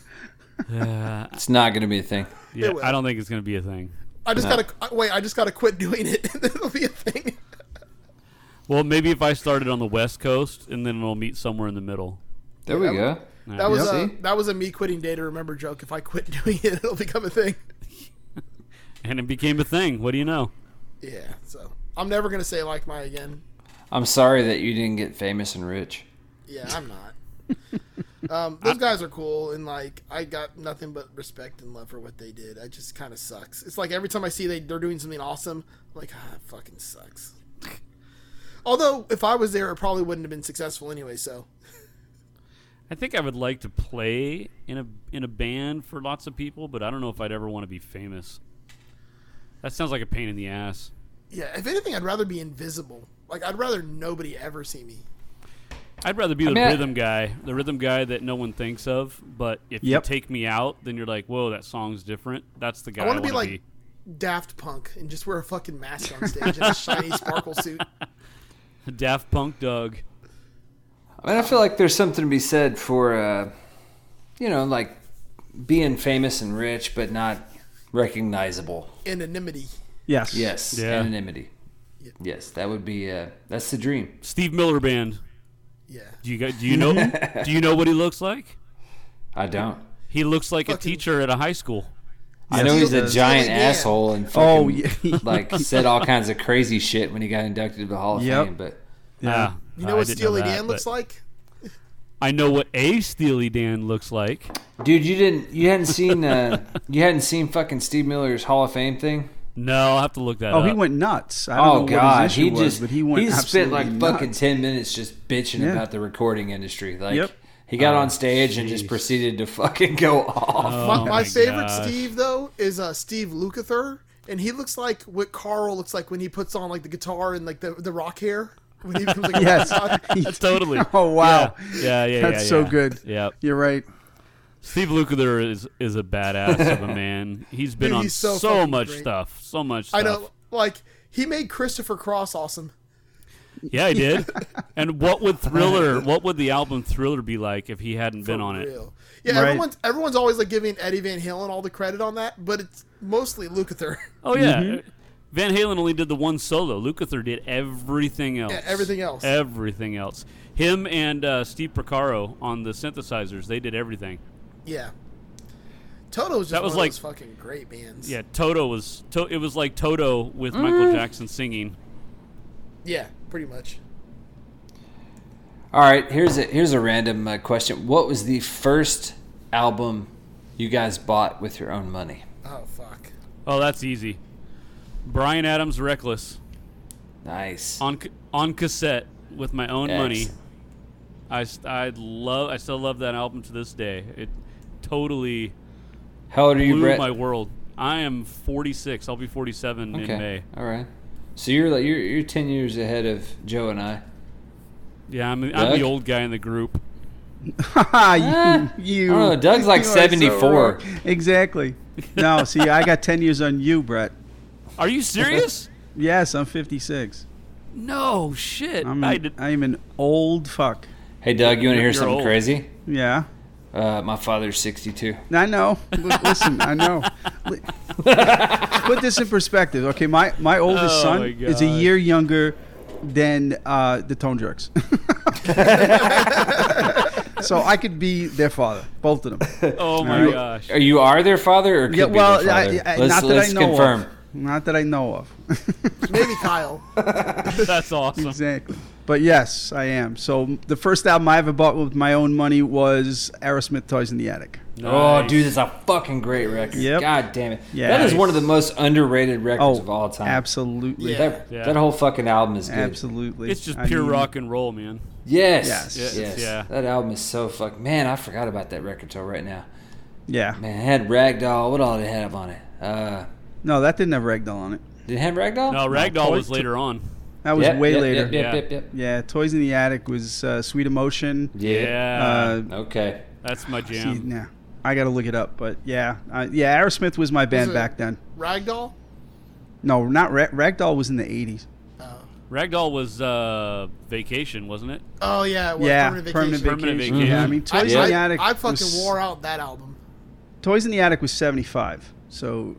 Speaker 11: Uh,
Speaker 10: It's not going to be a thing.
Speaker 11: yeah,
Speaker 9: will.
Speaker 11: I don't think it's going to be a thing.
Speaker 9: I just
Speaker 10: No.
Speaker 9: gotta wait. I just gotta quit doing it. It'll be a thing.
Speaker 11: Well, maybe if I started on the West Coast and then we'll meet somewhere in the middle.
Speaker 10: There we go.
Speaker 9: That was a that was a me quitting day to remember joke. If I quit doing it, it'll become a thing.
Speaker 11: and it became a thing. What do you know?
Speaker 9: Yeah. So I'm never gonna say like my again.
Speaker 10: I'm sorry that you didn't get famous and rich.
Speaker 9: Yeah, I'm not. um, those guys are cool, and like I got nothing but respect and love for what they did. I just kind of sucks. It's like every time I see they they're doing something awesome, I'm like ah, it fucking sucks. Although if I was there, it probably wouldn't have been successful anyway. So
Speaker 11: I think I would like to play in a in a band for lots of people, but I don't know if I'd ever want to be famous. That sounds like a pain in the ass.
Speaker 9: yeah, if anything, I'd rather be invisible. Like I'd rather nobody ever see me.
Speaker 11: I'd rather be
Speaker 9: I
Speaker 11: the
Speaker 9: mean, I-
Speaker 11: rhythm guy, the rhythm guy that no one thinks of. But if
Speaker 12: Yep.
Speaker 11: you take me out, then you're like, whoa, that song's different. That's the guy
Speaker 9: I
Speaker 11: I
Speaker 9: want to be
Speaker 11: wanna
Speaker 9: like Daft Punk and just wear a fucking mask on stage and a shiny sparkle suit.
Speaker 11: be. Daft Punk Doug.
Speaker 10: I mean, I feel like there's something to be said for, uh, you know, like being famous and rich, but not recognizable.
Speaker 9: Anonymity.
Speaker 12: Yes.
Speaker 10: Yes.
Speaker 11: Yeah.
Speaker 10: Anonymity. Yes, that would be. Uh, that's the dream.
Speaker 11: Steve Miller Band.
Speaker 9: Yeah.
Speaker 11: Do you gu- do you know do you know what he looks like?
Speaker 10: I don't.
Speaker 11: He looks like a teacher at a high school.
Speaker 10: I know he's a giant asshole and fucking,
Speaker 11: Oh, yeah.
Speaker 10: like said all kinds of crazy shit when he got inducted to the Hall of
Speaker 11: Yep.
Speaker 10: Fame. But
Speaker 11: Yeah.
Speaker 9: You know what Steely Dan looks like?
Speaker 11: I know what a Steely Dan looks like.
Speaker 10: dude, you didn't, you hadn't seen, uh, you hadn't seen fuking Steve Miller's Hall of Fame thing.
Speaker 11: No, I'll have to look that
Speaker 12: Oh,
Speaker 11: up.
Speaker 12: he went nuts. I don't know
Speaker 10: oh
Speaker 12: what his
Speaker 10: god,
Speaker 12: issue
Speaker 10: he
Speaker 12: was,
Speaker 10: just
Speaker 12: but he went
Speaker 10: spent like
Speaker 12: absolutely
Speaker 10: fucking
Speaker 12: nuts.
Speaker 10: ten minutes just bitching
Speaker 12: Yeah.
Speaker 10: about the recording industry. Like
Speaker 12: Yep.
Speaker 10: he got
Speaker 12: Oh,
Speaker 10: on stage and just proceeded to fucking go
Speaker 11: Oh
Speaker 10: off.
Speaker 12: Oh
Speaker 9: my, my favorite Steve though is uh, Steve Lukather, and he looks like what Carl looks like when he puts on like the guitar and like the, the rock hair. When he becomes, like, a
Speaker 12: yes.
Speaker 9: rock star.
Speaker 11: Totally.
Speaker 12: Oh wow.
Speaker 11: Yeah, yeah, yeah.
Speaker 12: That's
Speaker 11: yeah,
Speaker 12: so
Speaker 11: yeah.
Speaker 12: good.
Speaker 11: Yep.
Speaker 12: You're right.
Speaker 11: Steve Lukather is is a badass of a man. He's been
Speaker 9: Dude,
Speaker 11: on
Speaker 9: he's
Speaker 11: so,
Speaker 9: so fucking
Speaker 11: much
Speaker 9: great.
Speaker 11: stuff, so much stuff.
Speaker 9: I know, like he made Christopher Cross awesome.
Speaker 11: Yeah, I did. and what would Thriller? What would the album Thriller be like if he hadn't been on it?
Speaker 9: real. Yeah, everyone's everyone's always like giving Eddie Van Halen all the credit on that, but it's mostly Lukather.
Speaker 11: Oh yeah. Van Halen only did the one solo. Lukather did everything else.
Speaker 9: everything else.
Speaker 11: Everything else. Him and uh, Steve Procaro on the synthesizers. They did everything.
Speaker 9: yeah. Toto was just
Speaker 11: That was
Speaker 9: one
Speaker 11: like-
Speaker 9: of those fucking great bands.
Speaker 11: Yeah, Toto was. To- it was like Toto with Michael
Speaker 9: Mm.
Speaker 11: Jackson singing.
Speaker 9: Yeah, pretty much.
Speaker 10: All right, here's a here's a random uh, question. What was the first album you guys bought with your own money?
Speaker 9: Oh fuck.
Speaker 11: Oh, that's easy. Brian Adams, Reckless.
Speaker 10: Nice.
Speaker 11: On ca- on cassette with my own money.
Speaker 10: Excellent.
Speaker 11: I st- I love. I still love that album to this day. It totally.
Speaker 10: How old are you,
Speaker 11: blew
Speaker 10: Brett?
Speaker 11: My world. I am 46. I'll be 47 in May.
Speaker 10: All right. So you're like you're you're ten years ahead of Joe and I.
Speaker 11: Yeah, I'm, I'm
Speaker 10: Doug?
Speaker 11: the old guy in the group.
Speaker 12: Ah, you, you.
Speaker 10: I don't know, Doug's like
Speaker 12: you are so
Speaker 10: 74.
Speaker 12: wrong. exactly. No, see, I got 10 years on you, Brett.
Speaker 11: Are you serious?
Speaker 12: Yes, I'm 56.
Speaker 11: no shit.
Speaker 12: I'm
Speaker 11: I
Speaker 12: an,
Speaker 11: did-
Speaker 12: I'm an old fuck.
Speaker 10: Hey Doug, you want to hear
Speaker 12: You're
Speaker 10: something
Speaker 12: old.
Speaker 10: crazy?
Speaker 12: Yeah.
Speaker 10: Uh, my father's sixty-two.
Speaker 12: I know. L- Listen, I know. Li- Put this in perspective. Okay, my, my oldest
Speaker 11: Oh,
Speaker 12: son
Speaker 11: my
Speaker 12: is a
Speaker 11: God.
Speaker 12: year younger than uh, the Tone Jerks. so I could be their father, both of them.
Speaker 11: Oh
Speaker 12: All
Speaker 11: my
Speaker 12: right.
Speaker 11: gosh.
Speaker 10: Are you are their father or could
Speaker 12: Yeah,
Speaker 10: be
Speaker 12: well,
Speaker 10: their
Speaker 12: I,
Speaker 10: father?
Speaker 12: I,
Speaker 10: let's
Speaker 12: not that
Speaker 10: let's
Speaker 12: I know
Speaker 10: confirm.
Speaker 12: of. Not that I know of.
Speaker 9: Maybe Kyle.
Speaker 11: That's awesome.
Speaker 12: Exactly. But yes, I am. So the first album I ever bought with my own money was Aerosmith Toys in the Attic.
Speaker 10: Oh, dude, that's a fucking great record.
Speaker 12: Yep.
Speaker 10: God damn it.
Speaker 12: Yeah.
Speaker 10: That is one of the most underrated records
Speaker 12: Oh,
Speaker 10: of all time.
Speaker 12: absolutely.
Speaker 10: That,
Speaker 11: Yeah.
Speaker 10: that whole fucking album is good.
Speaker 12: Absolutely.
Speaker 11: It's just
Speaker 12: I
Speaker 11: pure
Speaker 12: mean-
Speaker 11: rock and roll, man.
Speaker 10: Yes.
Speaker 12: Yes.
Speaker 10: Yes.
Speaker 12: Yes,
Speaker 11: yeah.
Speaker 10: That album is so fuck. Man, I forgot about that record till right now.
Speaker 12: Yeah.
Speaker 10: Man, it had Ragdoll. What all did it have on it? Uh,
Speaker 12: No, that didn't have Ragdoll on it.
Speaker 10: did it have Ragdoll?
Speaker 11: No, Uh, Ragdoll
Speaker 12: Toy-
Speaker 11: was later on.
Speaker 12: That was
Speaker 10: Yep,
Speaker 12: way
Speaker 10: yep,
Speaker 12: later.
Speaker 10: Yep, yep, yep, yep.
Speaker 12: Yeah, Toys in the Attic was uh, Sweet Emotion.
Speaker 11: Yeah.
Speaker 12: Uh,
Speaker 10: okay.
Speaker 11: That's my
Speaker 12: see,
Speaker 11: jam.
Speaker 12: nah, I got to look it up. But yeah, uh, yeah, Aerosmith was my band
Speaker 9: it-
Speaker 12: back then.
Speaker 9: Ragdoll.
Speaker 12: No, not Ra- Ragdoll was in the 80s.
Speaker 11: Ragdoll was uh, vacation, wasn't it?
Speaker 9: Oh yeah. Well,
Speaker 12: Yeah,
Speaker 9: Permanent
Speaker 12: Permanent
Speaker 9: Vacation.
Speaker 11: Permanent
Speaker 12: Vacation.
Speaker 11: Vacation.
Speaker 12: Yeah, I mean, Toys
Speaker 9: I,
Speaker 12: in the
Speaker 9: I,
Speaker 12: Attic.
Speaker 9: I fucking
Speaker 12: was-
Speaker 9: wore out that album.
Speaker 12: Toys in the Attic was 75. So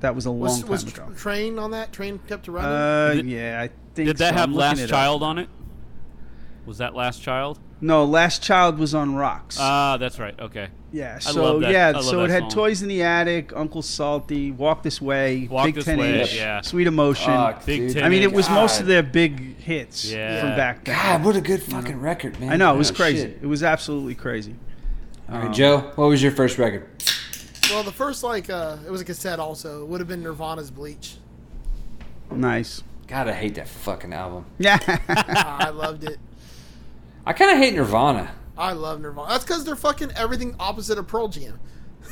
Speaker 12: That was a long
Speaker 9: Was,
Speaker 12: time
Speaker 9: was
Speaker 12: ago.
Speaker 9: tr- train on that? Train kept it running.
Speaker 12: Uh, yeah, I think.
Speaker 11: Did that
Speaker 12: so.
Speaker 11: have
Speaker 12: I'm looking
Speaker 11: Last
Speaker 12: it up.
Speaker 11: Child on it? Was that Last Child?
Speaker 12: No, Last Child was on Rocks.
Speaker 11: Ah, that's right. Okay.
Speaker 12: yeah,
Speaker 11: I
Speaker 12: so
Speaker 11: love that. I
Speaker 12: yeah,
Speaker 11: love
Speaker 12: so it
Speaker 11: that
Speaker 12: had
Speaker 11: song.
Speaker 12: Toys in the Attic, Uncle Salty, Walk This Way,
Speaker 11: Walk
Speaker 12: Big
Speaker 11: This
Speaker 12: Ten
Speaker 11: Way,
Speaker 12: Inch,
Speaker 11: yeah.
Speaker 12: Sweet Emotion.
Speaker 11: Fuck, Big dude. Ten
Speaker 12: I mean, it was
Speaker 11: Inch.
Speaker 12: most
Speaker 11: God.
Speaker 12: of their big hits
Speaker 11: Yeah.
Speaker 12: from back then.
Speaker 11: God, what
Speaker 10: a good fucking record, man.
Speaker 12: I know it was
Speaker 10: Oh,
Speaker 12: crazy.
Speaker 10: shit.
Speaker 12: It was absolutely crazy.
Speaker 10: All right,
Speaker 12: Um,
Speaker 10: Joe, what was your first record?
Speaker 9: Well, the first like uh, it was a cassette. Also, it would have been Nirvana's Bleach.
Speaker 12: Nice.
Speaker 10: God, I hate that fucking album.
Speaker 12: Yeah.
Speaker 9: Ah, I loved it.
Speaker 10: I kind of hate Nirvana.
Speaker 9: I love Nirvana. That's because they're fucking everything opposite of Pearl Jam.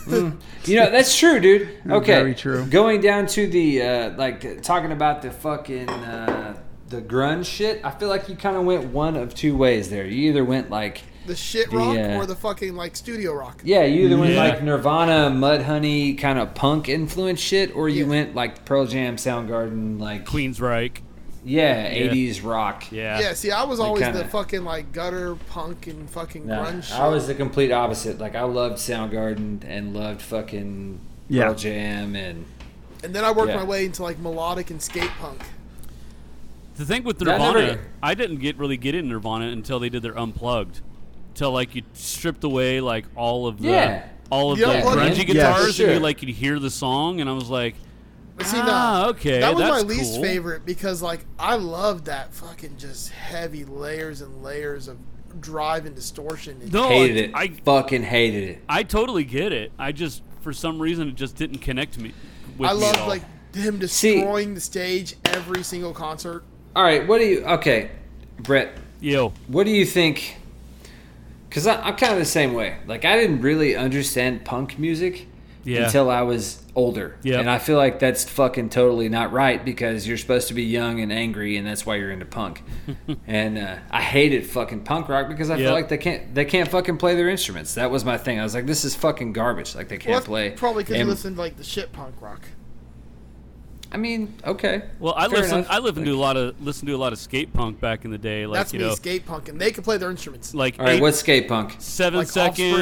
Speaker 10: You know, that's true, dude. Okay.
Speaker 12: Very true.
Speaker 10: Going down to the, uh, like, talking about the fucking, uh, the grunge shit, I feel like you kind of went one of two ways there. You either went, like,
Speaker 9: The shit
Speaker 10: The,
Speaker 9: rock
Speaker 10: uh,
Speaker 9: or the fucking like studio rock.
Speaker 10: yeah, you either went,
Speaker 11: Yeah.
Speaker 10: like, Nirvana, Mudhoney, kind of punk influence shit, or you went, like, Pearl Jam, Soundgarden, like,
Speaker 11: Queensryche.
Speaker 10: Yeah,
Speaker 11: Yeah.
Speaker 10: 80s rock.
Speaker 11: Yeah.
Speaker 9: Yeah. See, I was
Speaker 10: Like,
Speaker 9: always the
Speaker 10: kinda-
Speaker 9: fucking like gutter punk and fucking
Speaker 10: No,
Speaker 9: grunge.
Speaker 10: I was the complete opposite. Like I loved Soundgarden and loved fucking
Speaker 12: Yeah.
Speaker 10: Pearl Jam and
Speaker 9: and then I worked
Speaker 10: yeah.
Speaker 9: my way into like melodic and skate punk.
Speaker 11: The thing with
Speaker 10: Yeah, I
Speaker 11: Nirvana,
Speaker 10: never-
Speaker 11: I didn't get really get in Nirvana until they did their unplugged. Till like you stripped away like all of the
Speaker 10: Yeah.
Speaker 11: all of
Speaker 9: The
Speaker 11: the
Speaker 9: Unplugged-
Speaker 11: grungy
Speaker 9: Yeah, for
Speaker 11: guitars, and
Speaker 9: sure.
Speaker 11: you like could hear the song, and I was like,
Speaker 9: But see,
Speaker 11: ah,
Speaker 9: no,
Speaker 11: okay,
Speaker 9: That was
Speaker 11: that's
Speaker 9: my least
Speaker 11: cool.
Speaker 9: favorite because like I loved that fucking just heavy layers and layers of drive and distortion. And
Speaker 11: No,
Speaker 10: hated
Speaker 11: I-
Speaker 10: it.
Speaker 11: I-
Speaker 10: fucking hated it.
Speaker 11: I totally get it. I just for some reason it just didn't connect me. With
Speaker 9: I
Speaker 11: me at
Speaker 9: loved
Speaker 11: all.
Speaker 9: like him
Speaker 10: See-
Speaker 9: destroying the stage every single concert.
Speaker 10: All right, what do you? Okay, Brett.
Speaker 11: Yo.
Speaker 10: What do you think? Because I'm kind of the same way. Like I didn't really understand punk music
Speaker 11: Yeah.
Speaker 10: until I was older,
Speaker 11: Yep.
Speaker 10: and I feel like that's fucking totally not right because you're supposed to be young and angry, and that's why you're into punk. and uh, I hated fucking punk rock because I feel
Speaker 11: Yep.
Speaker 10: like they can't they can't fucking play their instruments. That was my thing. I was like, this is fucking garbage. Like they can't
Speaker 9: Well, that's
Speaker 10: play.
Speaker 9: Probably because you
Speaker 10: And-
Speaker 9: listened to like the shit punk rock.
Speaker 10: I mean, okay.
Speaker 11: Well, I
Speaker 10: Fair
Speaker 11: listen.
Speaker 10: enough.
Speaker 11: I listened to a lot of listen to a lot of skate punk back in the day. Like
Speaker 9: That's
Speaker 11: you
Speaker 9: me,
Speaker 11: know,
Speaker 9: skate punk, and they could play their instruments.
Speaker 11: like
Speaker 10: All right,
Speaker 11: eight-
Speaker 10: what's skate punk?
Speaker 11: seven
Speaker 9: Like
Speaker 11: seconds,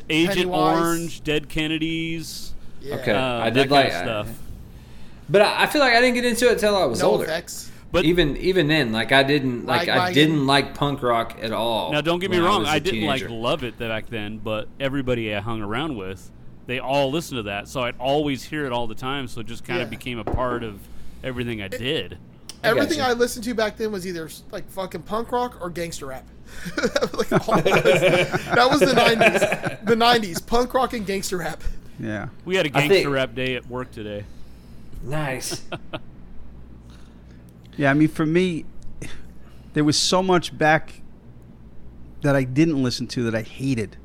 Speaker 9: Offspring,
Speaker 11: Agent
Speaker 9: Pennywise.
Speaker 11: Orange, Dead Kennedys.
Speaker 9: Yeah.
Speaker 10: Okay,
Speaker 11: uh,
Speaker 10: I
Speaker 11: that
Speaker 10: did
Speaker 11: kind
Speaker 10: like
Speaker 11: of stuff.
Speaker 10: But I, I feel like I didn't get into it until I was
Speaker 9: no
Speaker 10: older.
Speaker 9: effects.
Speaker 10: But even even then, like I didn't like I
Speaker 9: Ragwagon.
Speaker 10: didn't like punk rock at all.
Speaker 11: Now, don't get me
Speaker 10: when
Speaker 11: wrong.
Speaker 10: was a
Speaker 11: I didn't like
Speaker 10: teenager.
Speaker 11: love it back then, but everybody I hung around with, they all listened to that, so I'd always hear it all the time. So it just kind of
Speaker 9: Yeah.
Speaker 11: became a part of everything I did.
Speaker 10: I got
Speaker 9: Everything
Speaker 10: you.
Speaker 9: I listened to back then was either like fucking punk rock or gangster rap. like, all that, was, that was the nineties. The nineties, punk rock and gangster rap.
Speaker 12: Yeah.
Speaker 11: We had a
Speaker 10: I
Speaker 11: gangster
Speaker 10: think-
Speaker 11: rap day at work today.
Speaker 10: Nice.
Speaker 12: Yeah, I mean, for me, there was so much back that I didn't listen to that I hated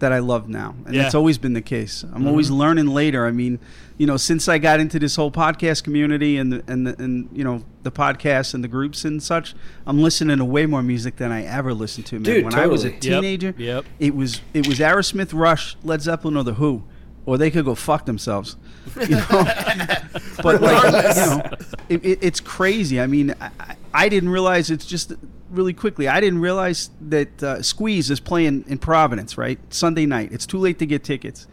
Speaker 12: that I love now. And
Speaker 11: Yeah. Mm-hmm.
Speaker 12: that's always been the case. I'm always learning later. I mean, you know, since I got into this whole podcast community and the, and the, and you know, the podcasts and the groups and such, I'm listening to way more music than I ever listened to, man.
Speaker 10: Dude,
Speaker 12: when I was a
Speaker 10: totally.
Speaker 11: Yep,
Speaker 12: teenager,
Speaker 11: yep.
Speaker 12: it was it was Aerosmith, Rush, Led Zeppelin or the Who. Or they could go fuck themselves, you know. but like, you know, it, it, it's crazy. I mean, I, I- I didn't realize it's just really quickly. I didn't realize that uh, Squeeze is playing in Providence, right? Sunday night. It's too late to get tickets.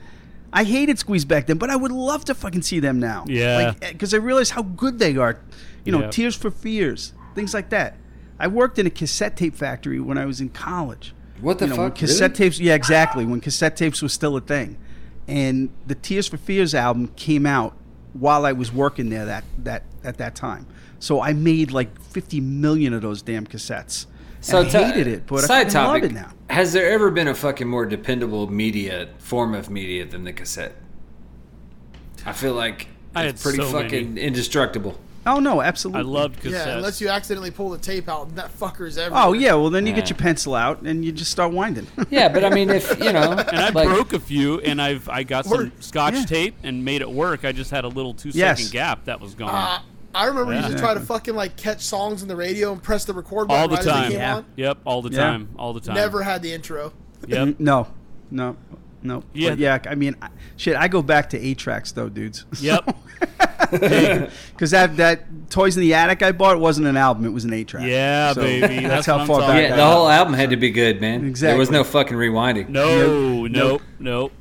Speaker 12: I hated Squeeze back then, but I would love to fucking see them now.
Speaker 11: Yeah.
Speaker 12: because I realized how good they are. You know,
Speaker 11: Yeah.
Speaker 12: Tears for Fears, things like that. I worked in a cassette tape factory when I was in college
Speaker 10: What the
Speaker 12: you know, when
Speaker 10: fuck?
Speaker 12: cassette
Speaker 10: really?
Speaker 12: tapes, yeah, exactly. When cassette tapes was still a thing, and the Tears for Fears album came out while I was working there that that at that time. So I made like fifty million of those damn cassettes. and I
Speaker 10: to-
Speaker 12: hated it, but I
Speaker 10: side
Speaker 12: fucking love
Speaker 10: topic.
Speaker 12: it now.
Speaker 10: Has there ever been a fucking more dependable media form of media than the cassette? I feel like
Speaker 11: I
Speaker 10: it's
Speaker 11: had
Speaker 10: pretty
Speaker 11: so
Speaker 10: fucking indestructible.
Speaker 12: Oh no, absolutely.
Speaker 11: I loved cassettes.
Speaker 9: Yeah, unless you accidentally pull the tape out, and that fucker's everywhere.
Speaker 12: Oh yeah, well then you get
Speaker 10: Yeah.
Speaker 12: your pencil out and you just start winding.
Speaker 10: Yeah, but I mean, if you know,
Speaker 11: and I
Speaker 10: like,
Speaker 11: broke a few, and I've I got some scotch
Speaker 12: yeah.
Speaker 11: tape and made it work. I just had a little two second
Speaker 12: Yes.
Speaker 11: gap that was gone.
Speaker 9: Uh, I remember you
Speaker 11: Yeah.
Speaker 9: used to try to fucking like catch songs on the radio and press the record button
Speaker 11: all the
Speaker 9: right as they
Speaker 11: time.
Speaker 9: came on.
Speaker 11: Yep, all the
Speaker 12: Yeah.
Speaker 11: time. All the time.
Speaker 9: Never had the intro.
Speaker 11: Yep.
Speaker 12: No, no, no. But
Speaker 11: Yeah.
Speaker 12: yeah. I mean, I, shit. I go back to eight tracks though, dudes.
Speaker 11: Yep.
Speaker 12: Because that that Toys in the Attic I bought wasn't an album; it was an eight track.
Speaker 11: Yeah, baby.
Speaker 12: That's,
Speaker 11: That's what
Speaker 12: how
Speaker 11: I'm
Speaker 12: far
Speaker 11: talking
Speaker 12: back.
Speaker 10: yeah,
Speaker 11: about.
Speaker 10: the whole album had to be good, man. There was
Speaker 12: Exactly.
Speaker 10: no fucking rewinding.
Speaker 11: No, nope, nope.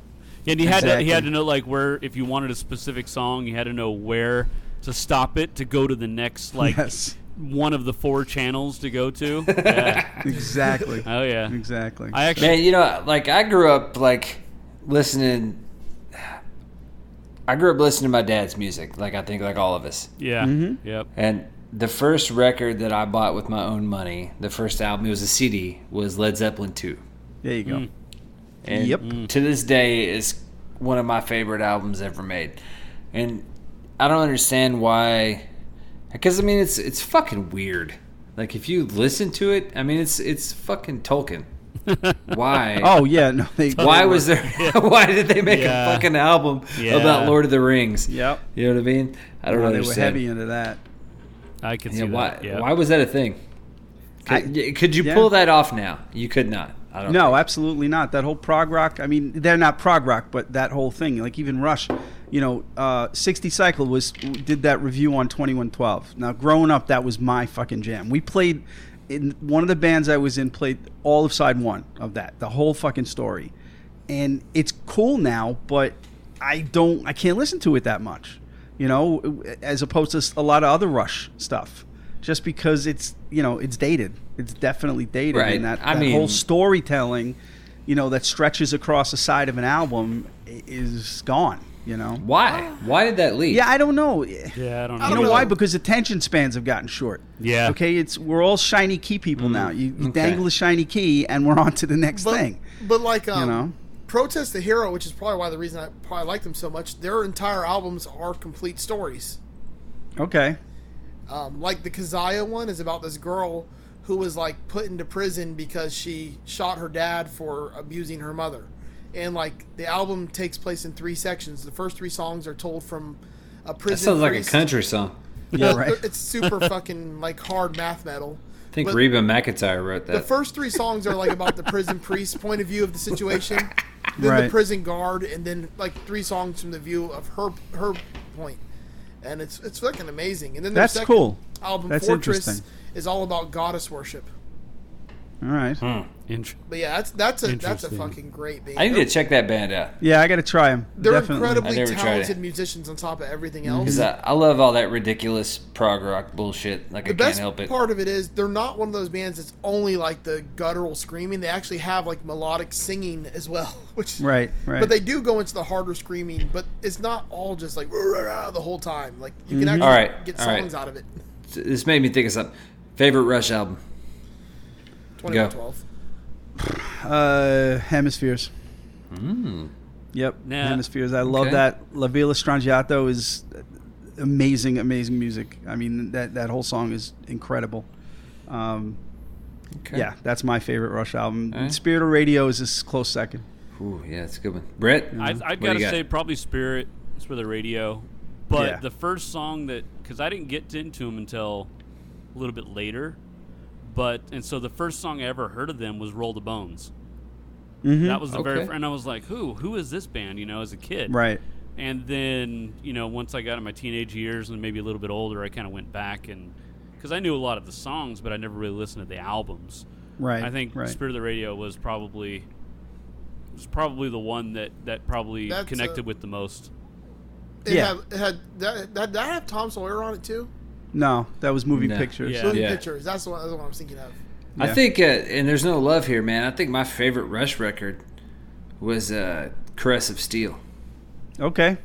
Speaker 11: And he had to, he had
Speaker 12: Exactly.
Speaker 11: to know like where if you wanted a specific song, you had to know where to stop it to go to the next like
Speaker 12: Yes.
Speaker 11: one of the four channels to go to. Yeah.
Speaker 12: Exactly.
Speaker 11: Oh yeah.
Speaker 12: Exactly.
Speaker 11: I actually
Speaker 10: man, you know, like I grew up like listening. I grew up listening to my dad's music, like I think, like all of us.
Speaker 11: Yeah.
Speaker 10: Mhm.
Speaker 12: Mm-hmm.
Speaker 11: Yep.
Speaker 10: And the first record that I bought with my own money, the first album, it was a CD, was Led Zeppelin two.
Speaker 12: There you go. Mm.
Speaker 10: And
Speaker 12: Yep.
Speaker 10: To this day, is one of my favorite albums ever made, and I don't understand why. Because I mean, it's it's fucking weird. Like if you listen to it, I mean, it's it's fucking Tolkien. Why?
Speaker 12: Oh, yeah, no, they-
Speaker 10: why was there?
Speaker 12: Yeah.
Speaker 10: why did they make
Speaker 12: Yeah.
Speaker 10: a fucking album
Speaker 12: Yeah.
Speaker 10: about Lord of the Rings?
Speaker 12: Yep.
Speaker 10: You know what I mean? I don't
Speaker 12: Well, Oh, they were
Speaker 10: understand.
Speaker 12: heavy into that.
Speaker 11: I can
Speaker 10: yeah, why?
Speaker 12: yeah.
Speaker 10: Why was that a thing? Could, y- could you
Speaker 12: yeah.
Speaker 10: pull that off now? You could not. I don't.
Speaker 12: No, absolutely not. That whole prog rock. I mean, they're not prog rock, but that whole thing, like even Rush, you know, uh, 60 Cycle was did that review on 2112. Now, growing up, that was my fucking jam. We played in one of the bands I was in played all of side one of that, the whole fucking story, and it's cool now, but I don't, I can't listen to it that much, you know, as opposed to a lot of other Rush stuff. Just because it's you know it's dated, it's definitely dated,
Speaker 10: Right.
Speaker 12: and that,
Speaker 10: I
Speaker 12: that
Speaker 10: mean-
Speaker 12: whole storytelling, you know, that stretches across the side of an album i- is gone. You know
Speaker 10: why? Why did that leave?
Speaker 12: Yeah, I don't know.
Speaker 11: Yeah, I don't know.
Speaker 12: You know why? Because attention spans have gotten short.
Speaker 11: Yeah.
Speaker 12: Okay, it's we're all shiny key people now. You, you dangle a shiny key, and we're on to the next thing.
Speaker 9: But like, um,
Speaker 12: you know.
Speaker 9: Protest the Hero, which is probably why the reason I probably like them so much. Their entire albums are complete stories.
Speaker 12: Okay.
Speaker 9: Um, like the Kazaya one is about this girl who was like put into prison because she shot her dad for abusing her mother. And like the album takes place in three sections. The first three songs are told from a prison.
Speaker 10: That sounds like a
Speaker 9: priest.
Speaker 10: country song.
Speaker 9: Well, uh, It's super fucking like hard math metal.
Speaker 10: I think
Speaker 9: But-
Speaker 10: Reba McIntyre wrote
Speaker 9: the
Speaker 10: that.
Speaker 9: first three songs are like about the prison priest's point of view of the situation, then the
Speaker 10: Right.
Speaker 9: prison guard, and then like three songs from the view of her her point. And it's it's fucking amazing. And then their
Speaker 12: That's
Speaker 9: second
Speaker 12: cool.
Speaker 9: Album
Speaker 12: That's
Speaker 9: Fortress
Speaker 12: interesting.
Speaker 9: is all about goddess worship.
Speaker 12: All right.
Speaker 9: But yeah, that's that's a that's a
Speaker 12: Interesting.
Speaker 9: fucking great band.
Speaker 10: I need to check that band out.
Speaker 12: Yeah, I got to try them.
Speaker 9: They're
Speaker 12: Definitely.
Speaker 10: I
Speaker 9: incredibly
Speaker 10: never tried it.
Speaker 9: talented musicians on top of everything else.
Speaker 10: Because I, I love all that ridiculous prog rock bullshit. Like
Speaker 9: The
Speaker 10: I can't
Speaker 9: best
Speaker 10: help it.
Speaker 9: part of it is they're not one of those bands that's only like the guttural screaming. They actually have like melodic singing as well, which
Speaker 12: Right, right.
Speaker 9: But they do go into the harder screaming, but it's not all just like "Rah, rah, rah," the whole time. Like you can
Speaker 10: Mhm.
Speaker 9: actually
Speaker 10: All right,
Speaker 9: get
Speaker 10: all right.
Speaker 9: songs out of it.
Speaker 10: This made me think of something. Favorite Rush album?
Speaker 9: Twenty one twelve.
Speaker 12: Uh, hemispheres.
Speaker 10: Mm.
Speaker 12: Yep,
Speaker 11: Nah.
Speaker 12: hemispheres. I love
Speaker 11: Okay.
Speaker 12: that. La Villa Strangiato is amazing, amazing music. I mean, that that whole song is incredible. Um,
Speaker 10: Okay.
Speaker 12: Yeah, that's my favorite Rush album.
Speaker 10: All right.
Speaker 12: Spirit of Radio is a s- close second.
Speaker 10: Ooh, yeah, it's a good one. Brett,
Speaker 11: I, I've
Speaker 10: what do
Speaker 11: got to
Speaker 10: you
Speaker 11: say, probably Spirit. It's for the radio. But
Speaker 12: Yeah.
Speaker 11: the first song that, because I didn't get into them until a little bit later. But, and so the first song I ever heard of them was Roll the Bones.
Speaker 12: Mhm.
Speaker 11: That was the very
Speaker 12: Okay.
Speaker 11: very, and I was like, who? Who is this band, you know, as a kid?
Speaker 12: Right.
Speaker 11: And then, you know, once I got in my teenage years and maybe a little bit older, I kind of went back and, because I knew a lot of the songs, but I never really listened to the albums.
Speaker 12: Right,
Speaker 11: I think
Speaker 12: right.
Speaker 11: Spirit of the Radio was probably was probably the one that that probably
Speaker 9: That's,
Speaker 11: connected
Speaker 9: uh,
Speaker 11: with the most.
Speaker 9: It
Speaker 12: Yeah.
Speaker 9: had, it had that, that that had Tom Sawyer on it too.
Speaker 12: No, that was Moving Pictures.
Speaker 10: Yeah.
Speaker 9: Moving
Speaker 10: Yeah.
Speaker 9: pictures. That's the one. That's the one I was thinking of.
Speaker 10: I think, uh, and there's no love here, man. I think my favorite Rush record was uh, Caress of Steel.
Speaker 12: Okay.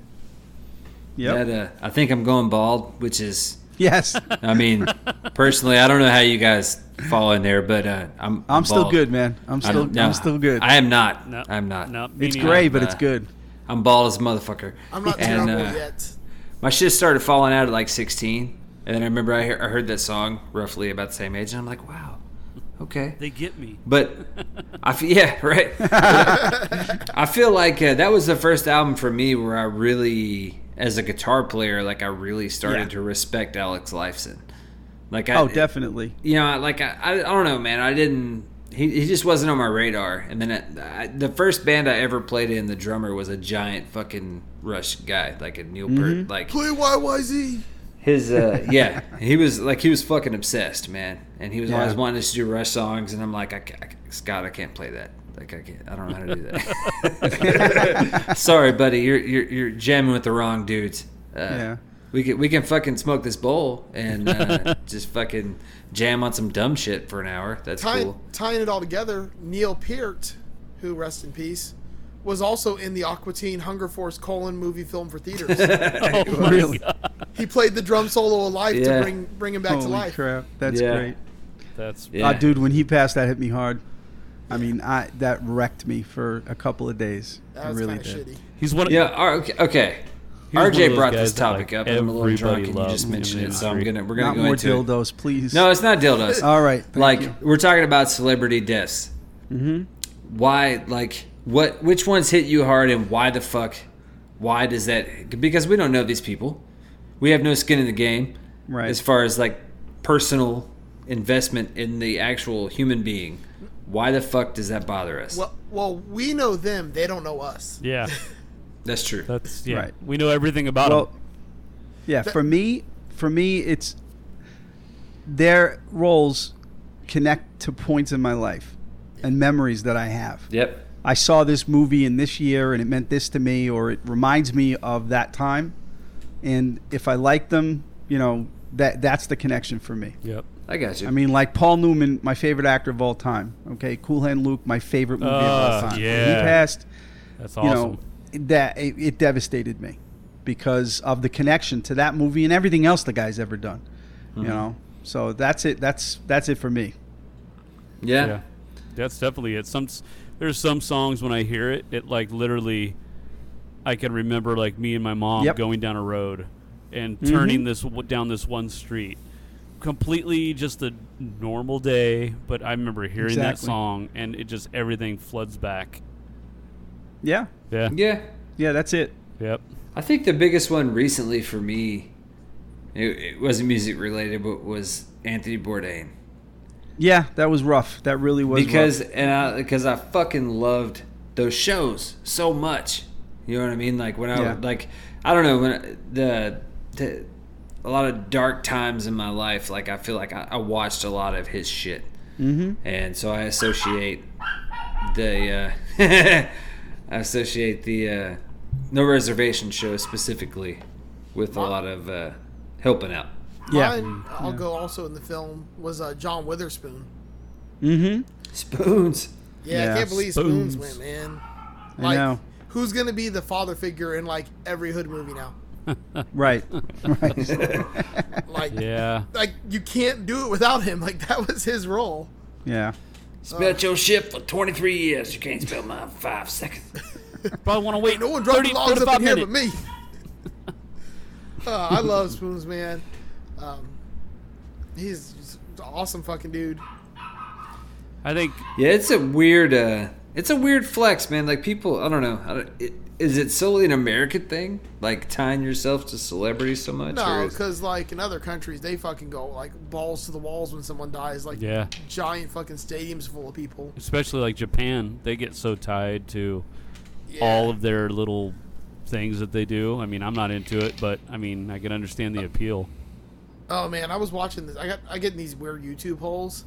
Speaker 12: Yep.
Speaker 10: That, uh, I think I'm going bald, which is
Speaker 12: Yes.
Speaker 10: I mean, personally, I don't know how you guys fall in there, but uh, I'm
Speaker 12: I'm still
Speaker 10: bald.
Speaker 12: good, man. I'm still-
Speaker 10: no,
Speaker 12: I'm still good.
Speaker 10: I uh, am not.
Speaker 11: No.
Speaker 10: I'm not.
Speaker 11: No, me
Speaker 12: It's neither. gray, but
Speaker 10: I'm,
Speaker 12: it's good.
Speaker 10: I'm bald as a motherfucker.
Speaker 9: I'm not
Speaker 10: And,
Speaker 9: terrible
Speaker 10: uh,
Speaker 9: yet.
Speaker 10: My shit started falling out at like 16, and then I remember I, hear, I heard that song roughly about the same age, and I'm like, wow, okay.
Speaker 11: They get me.
Speaker 10: But I feel yeah right. I feel like uh, that was the first album for me where I really, as a guitar player, like I really started
Speaker 12: Yeah.
Speaker 10: to respect Alex Lifeson. Like I,
Speaker 12: oh, definitely.
Speaker 10: you know, I- like I, I, I don't know, man. I didn't. He, he just wasn't on my radar. And then uh, I, I, the first band I ever played in, the drummer was a giant fucking Rush guy, like a Neil
Speaker 12: Mm-hmm.
Speaker 10: Peart, like
Speaker 9: Play YYZ.
Speaker 10: his uh yeah he was like he was fucking obsessed man and he was
Speaker 12: Yeah.
Speaker 10: always wanting us to do rush songs and i'm like I, ca- I, ca- scott i can't play that Like I can't, I don't know how to do that. Sorry, buddy, you're you're you're jamming with the wrong dudes. Uh,
Speaker 12: Yeah.
Speaker 10: We can we can fucking smoke this bowl and uh, just fucking jam on some dumb shit for an hour. That's
Speaker 9: tying,
Speaker 10: cool.
Speaker 9: tying it all together, Neil Peart, who rest in peace, was also in the Aqua Teen Hunger Force colon movie film for theaters.
Speaker 12: Oh, Really?
Speaker 9: He played the drum solo of life
Speaker 12: Yeah.
Speaker 9: to bring bring him back to
Speaker 12: Holy
Speaker 9: life.
Speaker 12: crap, that's great.
Speaker 11: That's
Speaker 12: Ah, dude, when he passed, that hit me hard. I mean, I that wrecked me for a couple of days.
Speaker 9: That
Speaker 12: it
Speaker 9: was
Speaker 12: really
Speaker 9: kinda
Speaker 12: did.
Speaker 11: He's one.
Speaker 10: Yeah. all right, Okay. okay.
Speaker 12: He was one of
Speaker 10: RJ
Speaker 12: those
Speaker 10: brought
Speaker 12: guys
Speaker 10: this
Speaker 12: that,
Speaker 10: topic
Speaker 12: like,
Speaker 10: up, and I'm a little drunk,
Speaker 12: everybody
Speaker 10: and you just
Speaker 12: loved
Speaker 10: mentioned
Speaker 12: in
Speaker 10: it,
Speaker 12: the
Speaker 10: so I'm
Speaker 12: industry.
Speaker 10: gonna we're gonna
Speaker 12: Not
Speaker 10: go
Speaker 12: more
Speaker 10: into it.
Speaker 12: dildos, please.
Speaker 10: No, it's not dildos.
Speaker 12: All right, thank
Speaker 10: like
Speaker 12: you.
Speaker 10: we're talking about celebrity deaths.
Speaker 12: Mhm.
Speaker 10: Why? Like what? Which ones hit you hard, and why the fuck? Why does that? Because we don't know these people. We have no skin in the game,
Speaker 12: Right.
Speaker 10: As far as like personal investment in the actual human being. Why the fuck does that bother us?
Speaker 9: Well, well, we know them; they don't know us.
Speaker 11: Yeah.
Speaker 10: That's true.
Speaker 11: That's yeah.
Speaker 12: Right.
Speaker 11: We know everything about
Speaker 12: Well,
Speaker 11: him.
Speaker 12: Yeah, for me, for me, it's their roles connect to points in my life and memories that I have.
Speaker 10: Yep.
Speaker 12: I saw this movie in this year and it meant this to me or it reminds me of that time. And if I like them, you know, that that's the connection for me.
Speaker 11: Yep.
Speaker 10: I got you.
Speaker 12: I mean, like Paul Newman, my favorite actor of all time. Okay, Cool Hand Luke, my favorite movie of all
Speaker 11: Ah,
Speaker 12: time. When
Speaker 11: yeah.
Speaker 12: he passed.
Speaker 11: That's
Speaker 12: you know,
Speaker 11: awesome.
Speaker 12: that it, it devastated me because of the connection to that movie and everything else the guy's ever done.
Speaker 11: Mhm.
Speaker 12: You know, so that's it. That's that's it for me.
Speaker 10: Yeah.
Speaker 11: That's definitely it. Some s- there's some songs when I hear it, it like literally I can remember like me and my mom
Speaker 12: Yep.
Speaker 11: going down a road and turning
Speaker 12: Mhm.
Speaker 11: this w- down this one street. Completely just a normal day, but I remember hearing that
Speaker 12: Exactly.
Speaker 11: song and it just everything floods back.
Speaker 12: Yeah.
Speaker 11: Yeah.
Speaker 10: Yeah.
Speaker 12: Yeah, that's it.
Speaker 11: Yep.
Speaker 10: I think the biggest one recently for me, it, it wasn't music related, but was Anthony Bourdain
Speaker 12: Yeah, that was rough. That really was
Speaker 10: because
Speaker 12: rough.
Speaker 10: and I, because I fucking loved those shows so much. You know what I mean? Like when I
Speaker 12: Yeah.
Speaker 10: like I don't know when I- the, the a lot of dark times in my life. Like I feel like I, I watched a lot of his shit,
Speaker 12: Mm-hmm.
Speaker 10: and so I associate the uh, I associate the uh, no reservation show specifically with a lot of uh, helping out.
Speaker 9: Mine, I'll go also in the film was uh, John Witherspoon.
Speaker 12: Mm-hmm.
Speaker 10: Spoons.
Speaker 9: Yeah, I can't believe Spoons, went, man.
Speaker 12: I
Speaker 9: Like,
Speaker 12: know.
Speaker 9: who's gonna be the father figure in like every hood movie now?
Speaker 12: Right.
Speaker 9: Like,
Speaker 11: yeah.
Speaker 9: like you can't do it without him. Like that was his role.
Speaker 12: Yeah.
Speaker 10: Spelt your shit for 23 years. You can't spell mine in five seconds.
Speaker 11: Probably want to wait.
Speaker 9: No one driving
Speaker 11: 30,
Speaker 9: logs up
Speaker 11: 35
Speaker 9: in here but
Speaker 11: minutes.
Speaker 9: me. Uh, I love Spoons, man. Um, he's just an awesome fucking dude.
Speaker 11: I think.
Speaker 10: Yeah, it's a weird. Uh, it's a weird flex, man. Like people, I don't know. I don't, it, is it solely an American thing? Like tying yourself to celebrities so much? or
Speaker 9: No,
Speaker 10: is-
Speaker 9: because like in other countries, they fucking go like balls to the walls when someone dies. Like
Speaker 11: Yeah.
Speaker 9: giant fucking stadiums full of people.
Speaker 11: especially like Japan, they get so tied to all of their little things that they do. I mean, I'm not into it, but I mean, I can understand
Speaker 10: Uh,
Speaker 11: the appeal.
Speaker 9: Oh man, I was watching this. I got I get in these weird YouTube holes,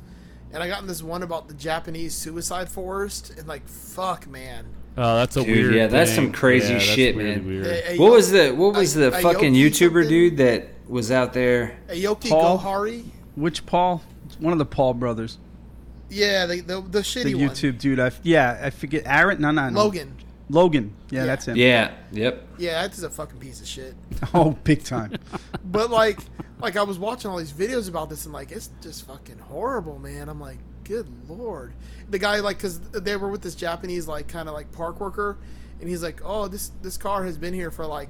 Speaker 9: and I got in this one about the Japanese suicide forest, and like fuck, man.
Speaker 11: Oh, that's a
Speaker 10: Dude,
Speaker 11: weird.
Speaker 10: yeah, that's
Speaker 11: thing.
Speaker 10: some crazy
Speaker 11: Yeah, that's
Speaker 10: shit,
Speaker 11: really
Speaker 10: man.
Speaker 11: weird.
Speaker 9: Hey, hey,
Speaker 10: what was the what was
Speaker 9: Ay-
Speaker 10: the fucking
Speaker 9: Aoki
Speaker 10: YouTuber
Speaker 9: something?
Speaker 10: dude that was out there?
Speaker 9: Aoki
Speaker 12: Paul?
Speaker 9: Gohari.
Speaker 12: Which Paul? It's One of the Paul brothers.
Speaker 9: Yeah, the the, the shitty
Speaker 12: the
Speaker 9: one.
Speaker 12: YouTube dude. I f- yeah, I forget. Aaron? No, no, no.
Speaker 9: Logan.
Speaker 12: Logan. Yeah, that's him.
Speaker 10: Yeah. Yep.
Speaker 9: Yeah, that's a fucking piece of shit.
Speaker 12: Oh, big time.
Speaker 9: But like, like I was watching all these videos about this, and like, it's just fucking horrible, man. I'm like, good lord. The guy, like, cause they were with this Japanese, like, kind of like park worker, and he's like, oh, this this car has been here for like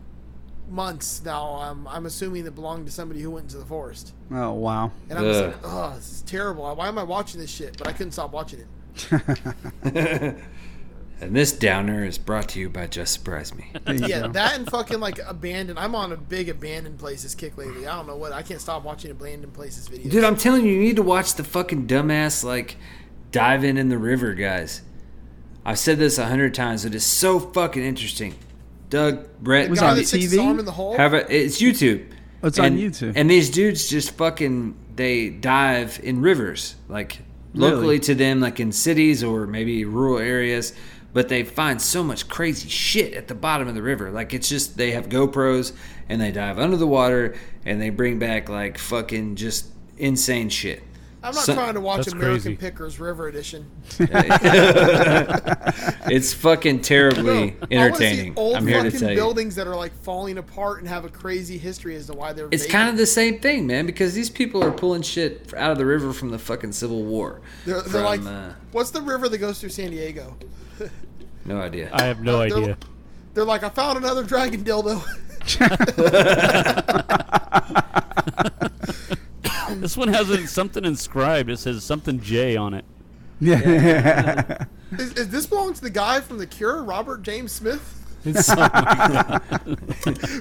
Speaker 9: months now. I'm I'm assuming it belonged to somebody who went into the forest.
Speaker 12: oh wow.
Speaker 9: And I'm just like, oh, this is terrible. Why am I watching this shit? But I couldn't stop watching it.
Speaker 10: And this downer is brought to you by Just Surprise Me.
Speaker 9: yeah, that and fucking like abandoned. I'm on a big abandoned places kick lately. I don't know what. I can't stop watching abandoned places videos.
Speaker 10: Dude, I'm telling you, you need to watch the fucking dumbass like diving in the river, guys. I've said this a hundred times, it is so fucking interesting. Doug, Brett,
Speaker 12: Was it
Speaker 10: Doug-
Speaker 12: on The guy that sticks his TV? arm in the hole?
Speaker 10: Have a, it's YouTube.
Speaker 12: Oh, it's on
Speaker 10: and,
Speaker 12: YouTube.
Speaker 10: And these dudes just fucking they dive in rivers, like
Speaker 12: Really?
Speaker 10: locally to them, like in cities or maybe rural areas. But they find so much crazy shit at the bottom of the river. Like it's just they have GoPros and they dive under the water and they bring back like fucking just insane shit.
Speaker 9: I'm not
Speaker 10: So-
Speaker 9: trying to watch American Pickers River Edition.
Speaker 10: it's fucking terribly
Speaker 9: No, I wanna see
Speaker 10: entertaining.
Speaker 9: Old
Speaker 10: I'm here to
Speaker 9: fucking
Speaker 10: tell you.
Speaker 9: buildings that are like falling apart and have a crazy history as to why they're.
Speaker 10: It's
Speaker 9: vacant.
Speaker 10: kind of the same thing, man, because these people are pulling shit out of the river from the fucking Civil War.
Speaker 9: They're,
Speaker 10: From,
Speaker 9: they're like,
Speaker 10: uh,
Speaker 9: what's the river that goes through San Diego?
Speaker 10: no idea.
Speaker 11: I have no
Speaker 9: They're-
Speaker 11: idea.
Speaker 9: They're like, I found another dragon dildo.
Speaker 11: this one has a, something inscribed. It says something J on it.
Speaker 12: Yeah.
Speaker 9: is, is this belong to the guy from The Cure, Robert James Smith?
Speaker 11: It's so-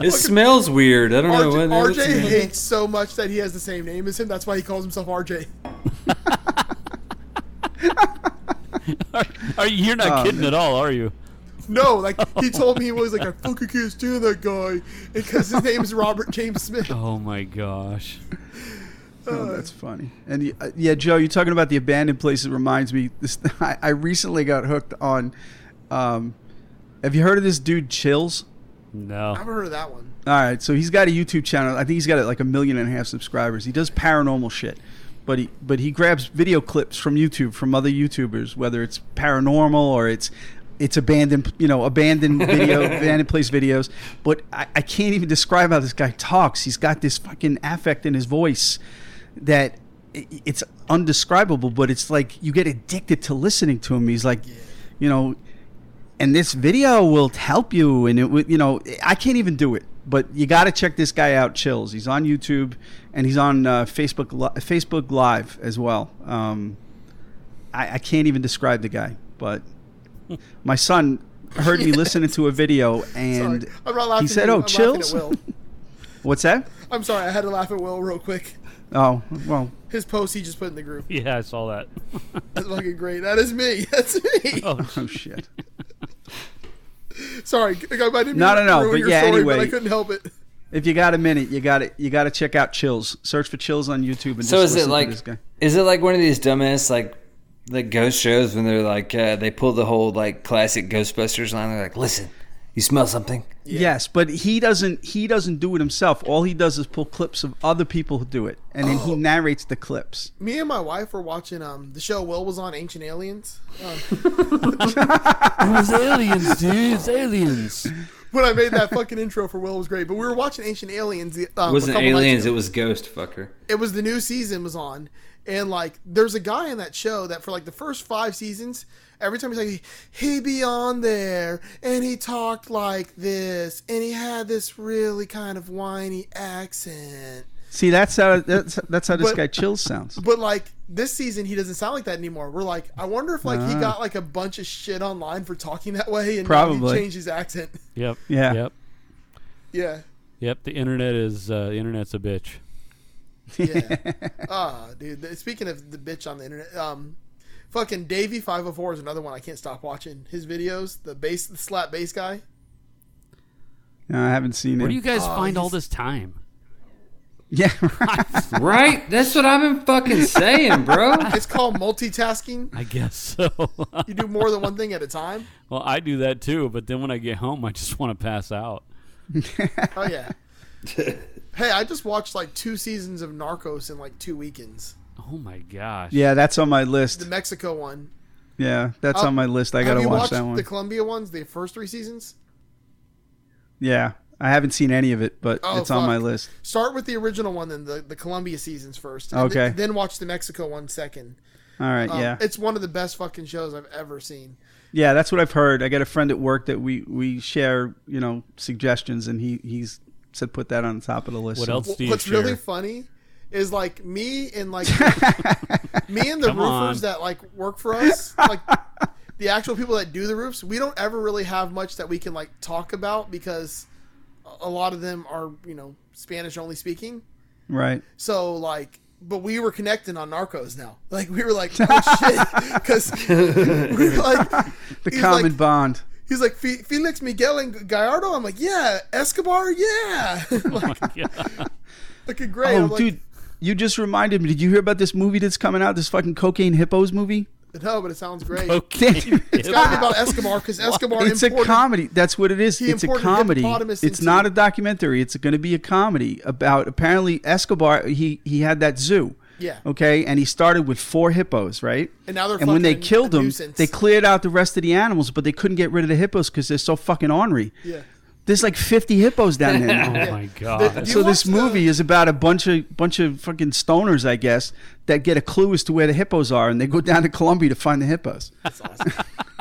Speaker 10: it smells weird. I don't know
Speaker 9: RJ,
Speaker 10: what that
Speaker 9: RJ
Speaker 10: is.
Speaker 9: hates so much that he has the same name as him. That's why he calls himself RJ.
Speaker 11: Are, you- you're not
Speaker 9: Oh,
Speaker 11: kidding
Speaker 9: man.
Speaker 11: at all, are you?
Speaker 9: No, like he told me he was like I fucking can't stand that guy because his name is Robert James Smith.
Speaker 11: Oh my gosh.
Speaker 12: Oh, that's funny. And y- uh, yeah, Joe, you're talking about the abandoned places. Reminds me, this I, I recently got hooked on. Um, have you heard of this dude Chills?
Speaker 11: No.
Speaker 9: I've heard of that one.
Speaker 12: All right, so he's got a YouTube channel. I think he's got like a million and a half subscribers. He does paranormal shit, but he but he grabs video clips from YouTube from other YouTubers, whether it's paranormal or it's it's abandoned, you know, abandoned video, abandoned place videos. But I, I can't even describe how this guy talks. He's got this fucking affect in his voice that i- it's undescribable. But it's like you get addicted to listening to him. He's like, you know, and this video will help you and it would you know i can't even do it but you got to check this guy out chills he's on youtube and he's on uh, facebook Li- facebook live as well um, I, I can't even describe the guy but my son heard me listening to a video and
Speaker 9: I'm not laughing.
Speaker 12: he said
Speaker 9: at you.
Speaker 12: oh
Speaker 9: I'm laughing at
Speaker 12: chills
Speaker 9: Will.
Speaker 12: what's that
Speaker 9: I'm sorry, I had to laugh at Will real quick.
Speaker 12: oh well
Speaker 9: His post he just put in the group.
Speaker 11: Yeah, I saw that.
Speaker 9: That's fucking great. That is me. That's me.
Speaker 12: oh shit
Speaker 9: Sorry, I I
Speaker 12: No,
Speaker 9: didn't mean
Speaker 12: no,
Speaker 9: to
Speaker 12: no,
Speaker 9: ruin
Speaker 12: but
Speaker 9: your
Speaker 12: yeah,
Speaker 9: story,
Speaker 12: anyway.
Speaker 9: but I couldn't help it.
Speaker 12: if you got a minute you got to you got to check out chills search for chills on youtube and
Speaker 10: So
Speaker 12: just
Speaker 10: is
Speaker 12: listen
Speaker 10: it
Speaker 12: to
Speaker 10: like
Speaker 12: this guy
Speaker 10: is it like one of these dumbass like like ghost shows when they're like uh, they pull the whole like classic Ghostbusters line? They're like, listen, you smell something?
Speaker 12: Yes, but he doesn't. He doesn't do it himself. All he does is pull clips of other people who do it, and then
Speaker 9: Oh.
Speaker 12: he narrates the clips.
Speaker 9: Me and my wife were watching um the show Will was on Ancient Aliens. Um,
Speaker 11: It was aliens, dude. It's aliens.
Speaker 9: when I made that fucking intro for Will was great, but we were watching Ancient Aliens. Um, a
Speaker 10: it wasn't
Speaker 9: couple nights
Speaker 10: aliens.
Speaker 9: ago.
Speaker 10: It was ghost fucker.
Speaker 9: it was the new season was on and like there's a guy in that show that for like the first five seasons every time he's like he be on there and he talked like this and he had this really kind of whiny accent
Speaker 12: See, that's how that's, that's how this
Speaker 9: But-
Speaker 12: guy chills sounds.
Speaker 9: but like this season he doesn't sound like that anymore we're like i wonder if like he
Speaker 12: Ah.
Speaker 9: got like a bunch of shit online for talking that way and
Speaker 11: Probably.
Speaker 9: he changed his accent
Speaker 11: Yep.
Speaker 12: Yeah.
Speaker 11: Yep.
Speaker 9: yeah
Speaker 11: Yep. The internet is uh, the internet's a bitch.
Speaker 9: yeah ah dude th- speaking of the bitch on the internet um fucking davey 504 is another one i can't stop watching his videos the bass the slap bass guy
Speaker 12: No, I haven't seen it.
Speaker 11: Where do you guys
Speaker 9: Oh,
Speaker 11: find all
Speaker 9: he's-
Speaker 11: this time?
Speaker 12: Yeah,
Speaker 10: right? That's what I've been fucking saying, bro.
Speaker 9: It's called multitasking.
Speaker 11: I guess so.
Speaker 9: You do more than one thing at a time.
Speaker 11: well, I do that too, but then when I get home, I just want to pass out.
Speaker 9: Oh yeah. Hey, I just watched like two seasons of Narcos in like two weekends.
Speaker 11: Oh my gosh.
Speaker 12: Yeah, that's on my list.
Speaker 9: The Mexico one.
Speaker 12: Yeah, that's
Speaker 9: Uh,
Speaker 12: on my list. I
Speaker 9: have
Speaker 12: gotta
Speaker 9: you
Speaker 12: watch
Speaker 9: watched
Speaker 12: that one.
Speaker 9: The Colombia ones, the first three seasons.
Speaker 12: yeah, I haven't seen any of it, but
Speaker 9: Oh,
Speaker 12: it's on my
Speaker 9: fuck.
Speaker 12: list.
Speaker 9: Start with the original one, then the the Colombia seasons first. and
Speaker 12: Okay.
Speaker 9: th- then watch the Mexico one second.
Speaker 12: All right,
Speaker 9: Um,
Speaker 12: yeah,
Speaker 9: It's one of the best fucking shows I've ever seen.
Speaker 12: yeah, that's what I've heard. I got a friend at work that we we share, you know, suggestions, and he he's said put that on the top of the list. so-
Speaker 9: What's really funny is like me and like me and the
Speaker 12: Come on.
Speaker 9: roofers that like work for us, like the actual people that do the roofs. We don't ever really have much that we can like talk about because a lot of them are you know Spanish only speaking.
Speaker 12: right?
Speaker 9: So like, but we were connecting on Narcos now. Like we were like, oh shit, because we were like
Speaker 12: The
Speaker 9: he's
Speaker 12: common
Speaker 9: like-
Speaker 12: bond.
Speaker 9: He's like "Fe- Felix Miguel and Gallardo.
Speaker 11: Oh,
Speaker 9: I'm like, yeah, Escobar, yeah. like, Looking great.
Speaker 12: Oh,
Speaker 9: I'm like,
Speaker 12: dude, You just reminded me. Did you hear about this movie that's coming out? This fucking cocaine hippos movie.
Speaker 9: No, but it sounds great.
Speaker 12: Cocaine
Speaker 9: It's
Speaker 11: Oh,
Speaker 9: got to be about Escobar because Escobar
Speaker 12: it's a
Speaker 9: imported.
Speaker 12: comedy. That's what it is.
Speaker 9: He
Speaker 12: It's a
Speaker 9: imported
Speaker 12: comedy.
Speaker 9: hippopotamus
Speaker 12: It's
Speaker 9: into-
Speaker 12: not a documentary. It's going to be a comedy about apparently Escobar. He he had that zoo.
Speaker 9: Yeah.
Speaker 12: Okay, and he started with four hippos, right?
Speaker 9: And now they're
Speaker 12: and when they
Speaker 9: fucking
Speaker 12: killed
Speaker 9: a
Speaker 12: them,
Speaker 9: nuisance.
Speaker 12: they cleared out the rest of the animals, but they couldn't get rid of the hippos because they're so fucking ornery.
Speaker 9: Yeah.
Speaker 12: There's like 50 hippos down there. now.
Speaker 11: Oh my god.
Speaker 12: So this movie is about a bunch of bunch of fucking stoners, I guess, that get a clue as to where the hippos are, and they go down to Columbia to find the hippos.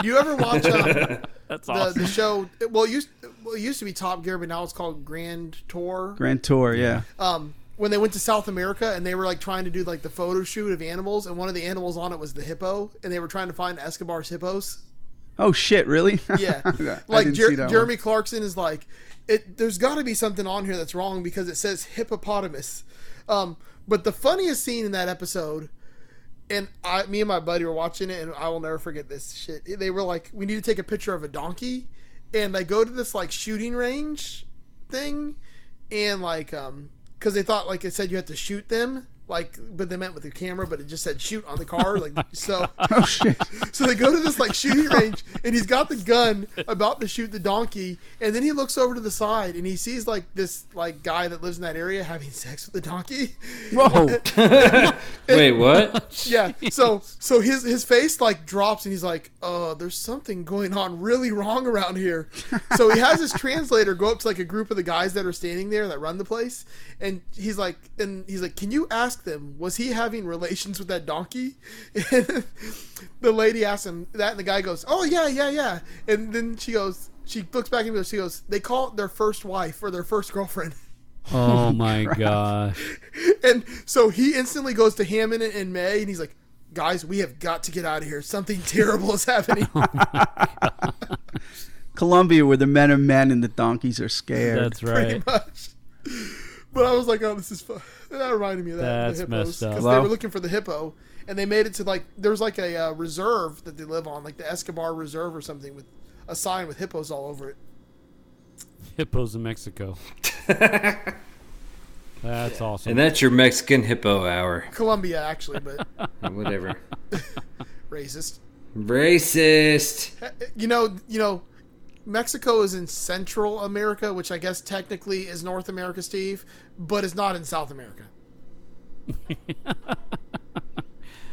Speaker 9: You ever watch um,
Speaker 11: That's
Speaker 9: the,
Speaker 11: awesome.
Speaker 9: the show? Well, it used well, it used to be Top Gear, but now it's called Grand Tour.
Speaker 12: Grand Tour, yeah.
Speaker 9: Um, when they went to South America and they were like trying to do like the photo shoot of animals, and one of the animals on it was the hippo, and they were trying to find Escobar's hippos.
Speaker 12: Oh shit, really?
Speaker 9: Yeah.
Speaker 12: I didn't
Speaker 9: Like Jer-
Speaker 12: see that one.
Speaker 9: Jeremy Clarkson is like, it, there's got to be something on here that's wrong because it says hippopotamus. Um, but the funniest scene in that episode, and I, me and my buddy were watching it, and I will never forget this shit. They were like, we need to take a picture of a donkey, and they go to this like shooting range thing, and like, um, because they thought like it said you had to shoot them. Like, but they meant with the camera, but it just said shoot on the car. Like, so
Speaker 12: Oh,
Speaker 9: so they go to this like shooting range, and he's got the gun about to shoot the donkey, and then he looks over to the side and he sees like this like guy that lives in that area having sex with the donkey.
Speaker 12: Whoa!
Speaker 10: Wait, what?
Speaker 9: yeah. So so his his face like drops and he's like, uh, there's something going on really wrong around here. So he has his translator go up to like a group of the guys that are standing there that run the place, and he's like, and he's like, can you ask them was he having relations with that donkey? And the lady asks him that, and the guy goes, oh yeah yeah yeah, and then she goes. She looks back at me. She goes, "They call it their first wife or their first girlfriend."
Speaker 11: Oh my gosh.
Speaker 9: and so he instantly goes to Hammond and- and May, and he's like, "Guys, we have got to get out of here. Something terrible is happening."
Speaker 12: Columbia, where the men are men and the donkeys are scared.
Speaker 11: That's
Speaker 9: Pretty much. But I was like, "Oh, this is fun." That reminded me of that.
Speaker 11: That's
Speaker 9: the hippos,
Speaker 11: messed up.
Speaker 9: because they
Speaker 12: Hello?
Speaker 9: were looking for the hippo, and they made it to like there's like a uh, reserve that they live on, like the Escobar Reserve or something, with a sign with hippos all over it.
Speaker 11: Hippos in Mexico. That's awesome.
Speaker 10: And that's your Mexican hippo hour.
Speaker 9: Colombia, actually, but
Speaker 10: Whatever.
Speaker 9: racist.
Speaker 10: Racist.
Speaker 9: you know, you know, Mexico is in Central America, which I guess technically is North America, Steve, but it's not in South America.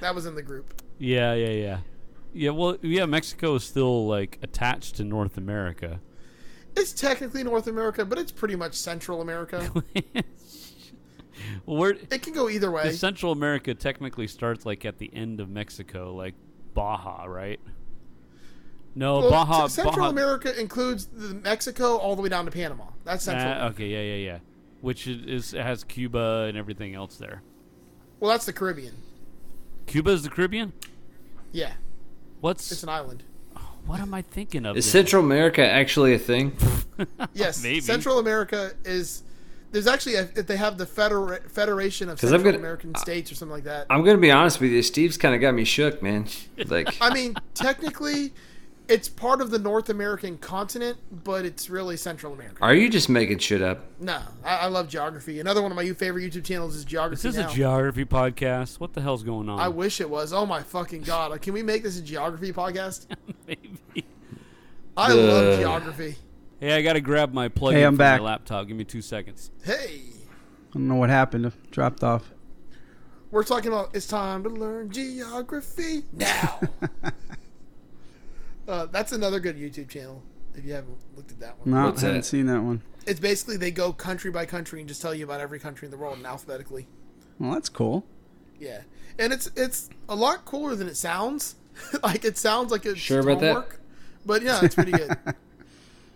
Speaker 9: that was in the group.
Speaker 11: Yeah, yeah, yeah. Yeah, well, yeah, Mexico is still like attached to North America.
Speaker 9: It's technically North America, but it's pretty much Central America.
Speaker 11: Well, where
Speaker 9: it can go either way.
Speaker 11: Because Central America technically starts like at the end of Mexico, like Baja, right? No,
Speaker 9: Well,
Speaker 11: Baja.
Speaker 9: C- Central
Speaker 11: Baja,
Speaker 9: America includes the Mexico all the way down to Panama. That's Central.
Speaker 11: Ah, okay, yeah, yeah, yeah. Which is, is has Cuba and everything else there.
Speaker 9: well, that's the Caribbean.
Speaker 11: Cuba is the Caribbean.
Speaker 9: Yeah,
Speaker 11: What's
Speaker 9: it's an island.
Speaker 11: what am I thinking of?
Speaker 10: Is
Speaker 11: then?
Speaker 10: Central America actually a thing?
Speaker 9: Yes,
Speaker 11: Maybe.
Speaker 9: Central America is. There's actually a, if they have the federa- Federation of
Speaker 10: 'Cause I'm
Speaker 9: Central
Speaker 10: gonna-
Speaker 9: American States or something like that.
Speaker 10: I'm gonna be honest with you. Steve's kind of got me shook, man. Like,
Speaker 9: I mean, technically, it's part of the North American continent, but it's really Central America.
Speaker 10: are you just making shit up?
Speaker 9: No, I, I love geography. Another one of my you- favorite YouTube channels is
Speaker 11: This
Speaker 9: Geography
Speaker 11: is
Speaker 9: Now.
Speaker 11: a geography podcast. What the hell's going on?
Speaker 9: I wish it was. Oh my fucking god! Like, Can we make this a geography podcast?
Speaker 11: Maybe.
Speaker 9: I love
Speaker 11: Ugh.
Speaker 9: geography.
Speaker 11: hey, I gotta grab my plug
Speaker 12: Hey,
Speaker 11: in
Speaker 12: I'm
Speaker 11: from
Speaker 12: back.
Speaker 11: my laptop. Give me two seconds.
Speaker 9: Hey,
Speaker 12: I don't know what happened. It dropped off.
Speaker 9: we're talking about it's time to learn geography now. uh, that's another good YouTube channel. If you haven't looked at that one,
Speaker 12: No, I haven't seen that one.
Speaker 9: It's basically they go country by country and just tell you about every country in the world and alphabetically.
Speaker 12: Well, that's cool.
Speaker 9: Yeah, and it's it's a lot cooler than it sounds. like it sounds like it's
Speaker 10: Sure about that?
Speaker 9: homework, but yeah, it's pretty good.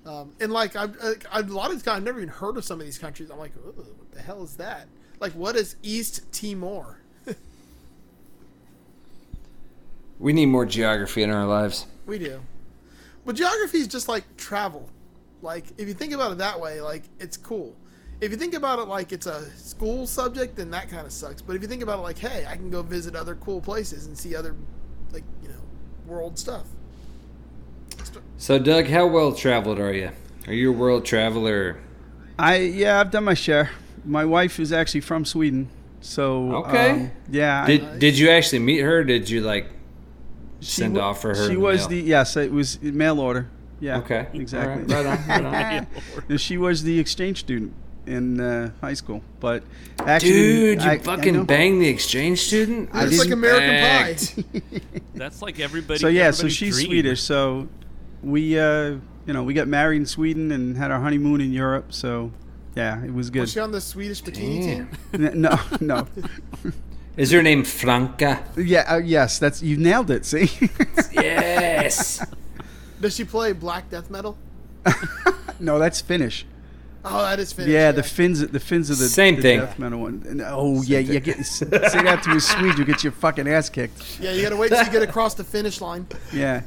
Speaker 9: um, and like I've, I've a lot of these guys, I've never even heard of some of these countries. I'm like, "Ugh, what the hell is that? Like, what is East Timor?
Speaker 10: We need more geography in our lives.
Speaker 9: We do, but geography is just like travel. Like if you think about it that way, like it's cool. If you think about it like it's a school subject, then that kind of sucks. But if you think about it like, hey, I can go visit other cool places and see other, like you know, world stuff.
Speaker 10: So, Doug, how well traveled are you? Are you a world traveler?
Speaker 12: I yeah, I've done my share. My wife is actually from Sweden, So
Speaker 10: Okay.
Speaker 12: um, yeah, I-
Speaker 10: Did Did you actually meet her? Did you like
Speaker 12: She
Speaker 10: send
Speaker 12: wa-
Speaker 10: off for her?
Speaker 12: She
Speaker 10: in
Speaker 12: was
Speaker 10: mail?
Speaker 12: the yes, it was mail order. Yeah.
Speaker 10: Okay.
Speaker 12: Exactly.
Speaker 10: All right, right on, right on.
Speaker 12: No, she was the exchange student in uh, high school, but actually,
Speaker 10: dude. You
Speaker 12: I- I
Speaker 10: fucking
Speaker 12: know.
Speaker 10: banged the exchange student.
Speaker 12: I It's like didn't- American
Speaker 10: Respect.
Speaker 11: That's like everybody.
Speaker 12: So yeah, so
Speaker 11: everybody's
Speaker 12: she's
Speaker 11: dream.
Speaker 12: Swedish. So we, uh, you know, we got married in Sweden and had our honeymoon in Europe. So yeah, it was
Speaker 9: Was
Speaker 12: good.
Speaker 9: she on the Swedish bikini team?
Speaker 12: N- no, no.
Speaker 10: Is her name Franca?
Speaker 12: Yeah. Uh, yes. That's you nailed it. See.
Speaker 10: Yes.
Speaker 9: Does she play black death metal?
Speaker 12: no, that's Finnish.
Speaker 9: Oh, that is Finnish.
Speaker 12: yeah, the fins, the fins of the
Speaker 10: Same
Speaker 12: the
Speaker 10: thing.
Speaker 12: Death metal one. And, oh yeah, you get say that to a Swede, you get your fucking ass kicked.
Speaker 9: Yeah, you gotta wait till you get across the finish line.
Speaker 12: Yeah.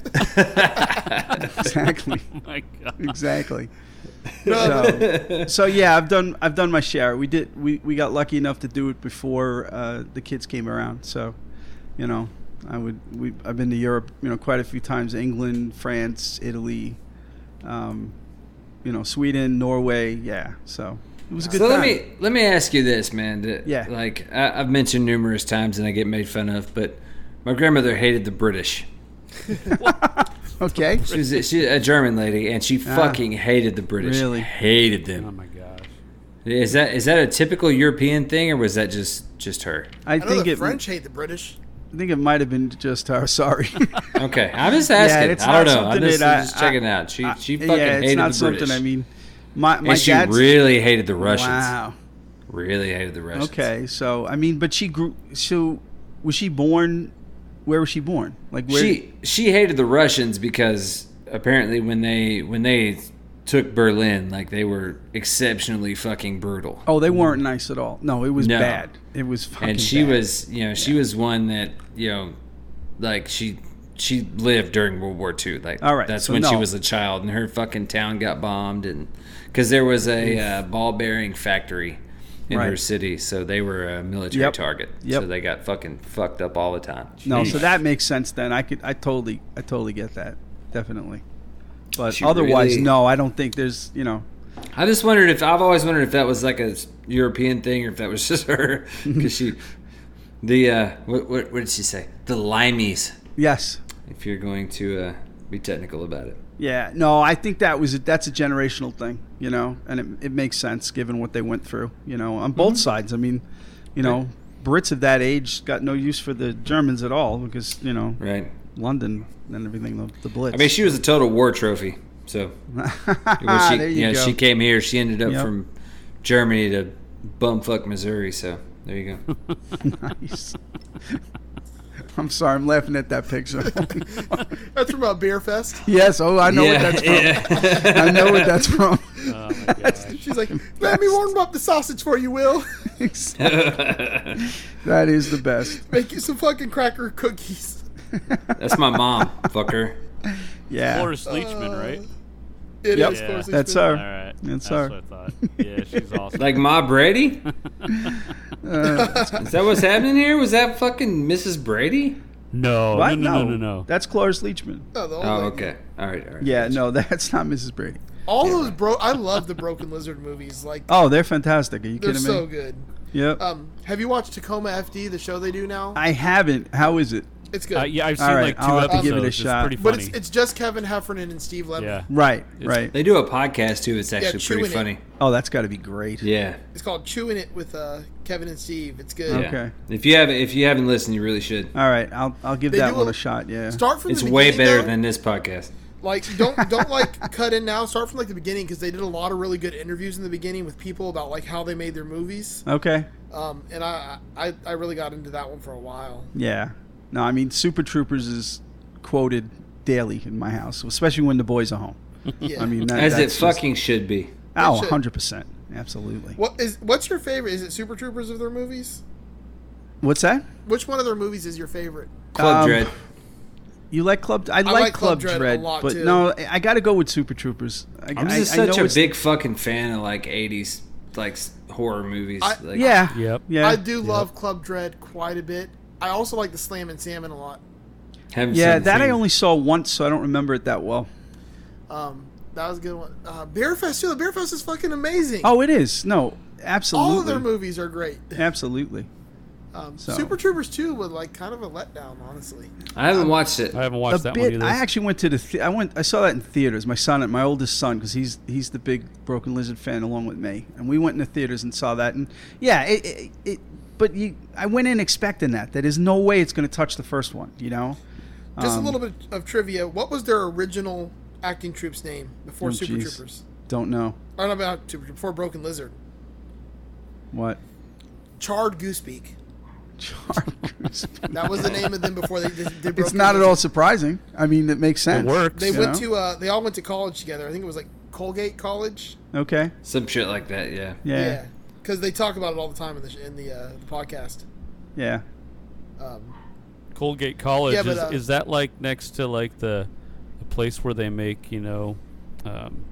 Speaker 12: exactly.
Speaker 11: Oh my God.
Speaker 12: Exactly. So, so yeah, I've done I've done my share. We did we, we got lucky enough to do it before uh, the kids came around. So, you know, I would we I've been to Europe, you know, quite a few times: England, France, Italy, um, you know, Sweden, Norway. Yeah. So it was a good
Speaker 10: so
Speaker 12: time.
Speaker 10: let me let me ask you this, man. Th-
Speaker 12: Yeah.
Speaker 10: Like I, I've mentioned numerous times, and I get made fun of, but my grandmother hated the British.
Speaker 12: okay.
Speaker 10: She was a, she, a German lady, and she
Speaker 12: Ah.
Speaker 10: fucking hated the British.
Speaker 12: Really?
Speaker 10: hated them. Oh my gosh. Is that is that a typical European thing, or was that just just her?
Speaker 12: I,
Speaker 9: I, know
Speaker 12: think
Speaker 9: the
Speaker 12: it
Speaker 9: French hate the British.
Speaker 12: I think it might have been just her. Sorry.
Speaker 10: Okay, I'm just
Speaker 12: Yeah,
Speaker 10: asking.
Speaker 12: it's
Speaker 10: I
Speaker 12: not
Speaker 10: don't know. I'm
Speaker 12: something
Speaker 10: just,
Speaker 12: that
Speaker 10: I'm just
Speaker 12: I-
Speaker 10: checking out. She
Speaker 12: I-
Speaker 10: she fucking
Speaker 12: yeah, it's
Speaker 10: hated
Speaker 12: not
Speaker 10: the
Speaker 12: something.
Speaker 10: British.
Speaker 12: I mean, my my
Speaker 10: and she
Speaker 12: dad's-
Speaker 10: really hated the Russians.
Speaker 12: Wow.
Speaker 10: Really hated the Russians.
Speaker 12: Okay, so I mean, but she grew. So was she born? Where was she born? Like where?
Speaker 10: She she hated the Russians because apparently when they when they took Berlin, like they were exceptionally fucking brutal.
Speaker 12: oh, they weren't nice at all. No, it was
Speaker 10: No.
Speaker 12: bad. It was fucking.
Speaker 10: and she
Speaker 12: bad.
Speaker 10: was you know she was one that you know like she she lived during world war ii like
Speaker 12: All right,
Speaker 10: that's
Speaker 12: so
Speaker 10: when she
Speaker 12: no.
Speaker 10: was a child and her fucking town got bombed and because there was a uh, ball bearing factory in her
Speaker 12: Right.
Speaker 10: city so they were a military
Speaker 12: Yep.
Speaker 10: target
Speaker 12: Yep.
Speaker 10: so they got fucking fucked up all the time
Speaker 12: No,
Speaker 10: Jeez.
Speaker 12: so that makes sense then. I could. I totally. I totally get that. Definitely. But
Speaker 10: She
Speaker 12: otherwise,
Speaker 10: really-
Speaker 12: no. I don't think there's. You know.
Speaker 10: i just wondered if i've always wondered if that was like a s- european thing or if that was just her because she the uh what, what, what did she say the limeys
Speaker 12: Yes.
Speaker 10: if you're going to uh be technical about it
Speaker 12: Yeah. No, I think that was a, that's a generational thing. You know, and it it makes sense given what they went through. You know, on
Speaker 10: Mm-hmm.
Speaker 12: both sides. I mean, you know, Brits of that age got no use for the Germans at all because you know.
Speaker 10: right
Speaker 12: London and everything, the, the Blitz.
Speaker 10: I mean, she was a total war trophy. So when she,
Speaker 12: There you
Speaker 10: yeah,
Speaker 12: go.
Speaker 10: she came here. She ended up
Speaker 12: Yep.
Speaker 10: from Germany to bumfuck Missouri. So there you go.
Speaker 12: nice. I'm sorry, I'm laughing at that picture.
Speaker 9: That's from a beer fest.
Speaker 12: yes, oh, I know what
Speaker 10: Yeah,
Speaker 12: that's from. I know what that's from.
Speaker 11: Oh
Speaker 9: She's like, let me warm up the sausage for you, Will.
Speaker 12: that is the best.
Speaker 9: Make you some fucking cracker cookies.
Speaker 10: That's my mom, fucker.
Speaker 12: Yeah.
Speaker 11: Forrest Leachman, right?
Speaker 9: It is
Speaker 12: Yep.
Speaker 9: of course.
Speaker 12: That's
Speaker 9: it's
Speaker 12: her.
Speaker 9: been-
Speaker 11: All right.
Speaker 12: That's her.
Speaker 11: That's what I thought. Yeah, she's awesome.
Speaker 10: Like Ma Brady?
Speaker 12: Uh,
Speaker 10: Is that what's happening here? Was that fucking Mrs. Brady?
Speaker 11: no,
Speaker 12: what?
Speaker 11: no, no, no, no, no.
Speaker 12: That's Cloris Leachman.
Speaker 9: Oh, the old
Speaker 10: Oh,
Speaker 9: lady.
Speaker 10: okay. All right, all right.
Speaker 12: Yeah, no, that's not Mrs. Brady.
Speaker 9: All those bro, I love the Broken Lizard movies. Like
Speaker 12: Oh, they're fantastic. Are you
Speaker 9: they're
Speaker 12: kidding
Speaker 9: so
Speaker 12: me?
Speaker 9: good.
Speaker 12: Yep.
Speaker 9: Um, have you watched Tacoma FD, the show they do now?
Speaker 12: I haven't. How is it?
Speaker 9: It's good.
Speaker 11: Uh, yeah, I've seen
Speaker 12: All right,
Speaker 11: like 2
Speaker 12: I'll have to
Speaker 11: episodes.
Speaker 12: give it a
Speaker 11: It's
Speaker 12: shot.
Speaker 11: pretty
Speaker 9: but
Speaker 11: funny.
Speaker 9: it's, it's just Kevin Heffernan and Steve Levin.
Speaker 11: yeah.
Speaker 12: Right, right.
Speaker 10: They do a podcast too. It's actually
Speaker 9: chewing
Speaker 10: pretty
Speaker 9: it.
Speaker 10: funny.
Speaker 12: Oh, that's got to be great.
Speaker 10: Yeah.
Speaker 9: It's called Chewing It with uh, Kevin and Steve. It's good.
Speaker 10: yeah.
Speaker 12: Okay.
Speaker 10: If you haven't, if you haven't listened, you really should.
Speaker 12: All right, I'll I'll give
Speaker 9: They
Speaker 12: that
Speaker 9: do
Speaker 12: one
Speaker 9: a-
Speaker 12: a shot. Yeah.
Speaker 9: Start from
Speaker 10: It's
Speaker 9: the
Speaker 10: way
Speaker 9: beginning,
Speaker 10: better
Speaker 9: though.
Speaker 10: than this podcast.
Speaker 9: Like don't don't like cut in now. Start from like the beginning because they did a lot of really good interviews in the beginning with people about like how they made their movies.
Speaker 12: Okay.
Speaker 9: Um, and I, I I really got into that one for a while.
Speaker 12: Yeah. No, I mean Super Troopers is quoted daily in my house, especially when the boys are home.
Speaker 9: Yeah.
Speaker 12: I mean, that,
Speaker 10: As it
Speaker 12: that's
Speaker 10: fucking should be.
Speaker 12: Just, oh,
Speaker 9: should.
Speaker 12: 100%. Absolutely.
Speaker 9: What is what's your favorite? Is it Super Troopers of their movies?
Speaker 12: What's that?
Speaker 9: Which one of their movies is your favorite?
Speaker 10: Club
Speaker 12: Um,
Speaker 10: Dread.
Speaker 12: You like Club? I, like, Club Dread,
Speaker 9: a lot,
Speaker 12: but
Speaker 9: too.
Speaker 12: no, I got to go with Super Troopers. I,
Speaker 10: I'm
Speaker 12: I-
Speaker 10: just
Speaker 12: I
Speaker 10: such
Speaker 12: know
Speaker 10: a
Speaker 12: it's-
Speaker 10: big fucking fan of like '80s like s- horror movies.
Speaker 9: I-
Speaker 10: like,
Speaker 12: Yeah.
Speaker 11: Yep.
Speaker 12: Yeah.
Speaker 9: I do love Club Dread quite a bit. I also like the Slam and Salmon a lot.
Speaker 10: haven't
Speaker 12: Yeah,
Speaker 10: seen
Speaker 12: that I
Speaker 10: seen-
Speaker 12: only saw once, so I don't remember it that well.
Speaker 9: Um, that was a good one. Uh, Beer Fest too. The Beer Fest is fucking amazing.
Speaker 12: Oh, it is. Oh, No, absolutely.
Speaker 9: all of their movies are great.
Speaker 12: Absolutely.
Speaker 9: Um,
Speaker 12: So-
Speaker 9: Super Troopers 2 was like kind of a letdown, honestly.
Speaker 10: I haven't watched it. I
Speaker 11: haven't
Speaker 12: A bit- I actually went to the. The- I went. I saw that in theaters. My son, my oldest son, because he's he's the big Broken Lizard fan along with me, and we went in the theaters and saw that. And yeah, it. it, it but you, I went in expecting that. That is no way it's going to touch the first one. You know.
Speaker 9: Just
Speaker 12: Um,
Speaker 9: a little bit of trivia. What was their original acting troop's name before
Speaker 12: oh,
Speaker 9: Super
Speaker 12: jeez.
Speaker 9: Troopers?
Speaker 12: Don't know
Speaker 9: Or not about Super Troopers, before Broken Lizard.
Speaker 12: what.
Speaker 9: Charred Goosebeak. That was the name of them before they did. did
Speaker 12: It's
Speaker 9: Broken
Speaker 12: not at
Speaker 9: Lizard.
Speaker 12: all surprising. I mean, it makes sense.
Speaker 9: They
Speaker 12: you
Speaker 9: went
Speaker 12: know?
Speaker 9: to. Uh, they all went to college together. I think it was like Colgate College.
Speaker 12: Okay.
Speaker 10: Some shit like that, yeah.
Speaker 12: Yeah.
Speaker 9: Because they talk about it all the time in the sh- in the, uh, podcast.
Speaker 12: Yeah.
Speaker 9: Um,
Speaker 11: Colgate College
Speaker 9: Yeah, but,
Speaker 11: is,
Speaker 9: uh,
Speaker 11: is that like next to like the, the place where they make you know, um,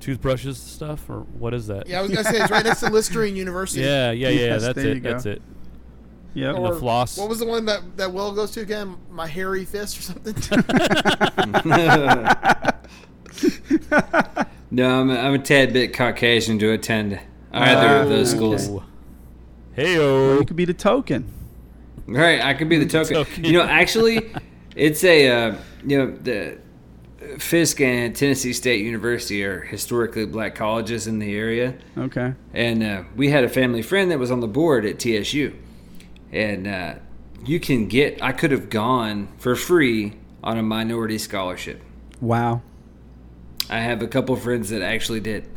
Speaker 11: toothbrushes and stuff or what is that?
Speaker 9: yeah, I was gonna say it's right next to Listerine University.
Speaker 11: Yeah, yeah, yeah.
Speaker 12: Yes,
Speaker 11: that's
Speaker 12: there you
Speaker 11: it.
Speaker 12: go.
Speaker 11: That's it.
Speaker 12: Yeah.
Speaker 11: And the floss.
Speaker 9: What was the one that that Will goes to again? My hairy fist or something.
Speaker 10: No, I'm, I'm a tad bit Caucasian to attend either of
Speaker 12: Oh,
Speaker 10: those schools.
Speaker 11: Okay. Heyo.
Speaker 12: You could be the token.
Speaker 10: All right, I could be the token. You know, actually, it's a uh, you know the Fisk and Tennessee State University are historically black colleges in the area,
Speaker 12: Okay.
Speaker 10: and uh, we had a family friend that was on the board at TSU, and uh, you can get. I could have gone for free on a minority scholarship.
Speaker 12: Wow.
Speaker 10: I have a couple friends that actually did.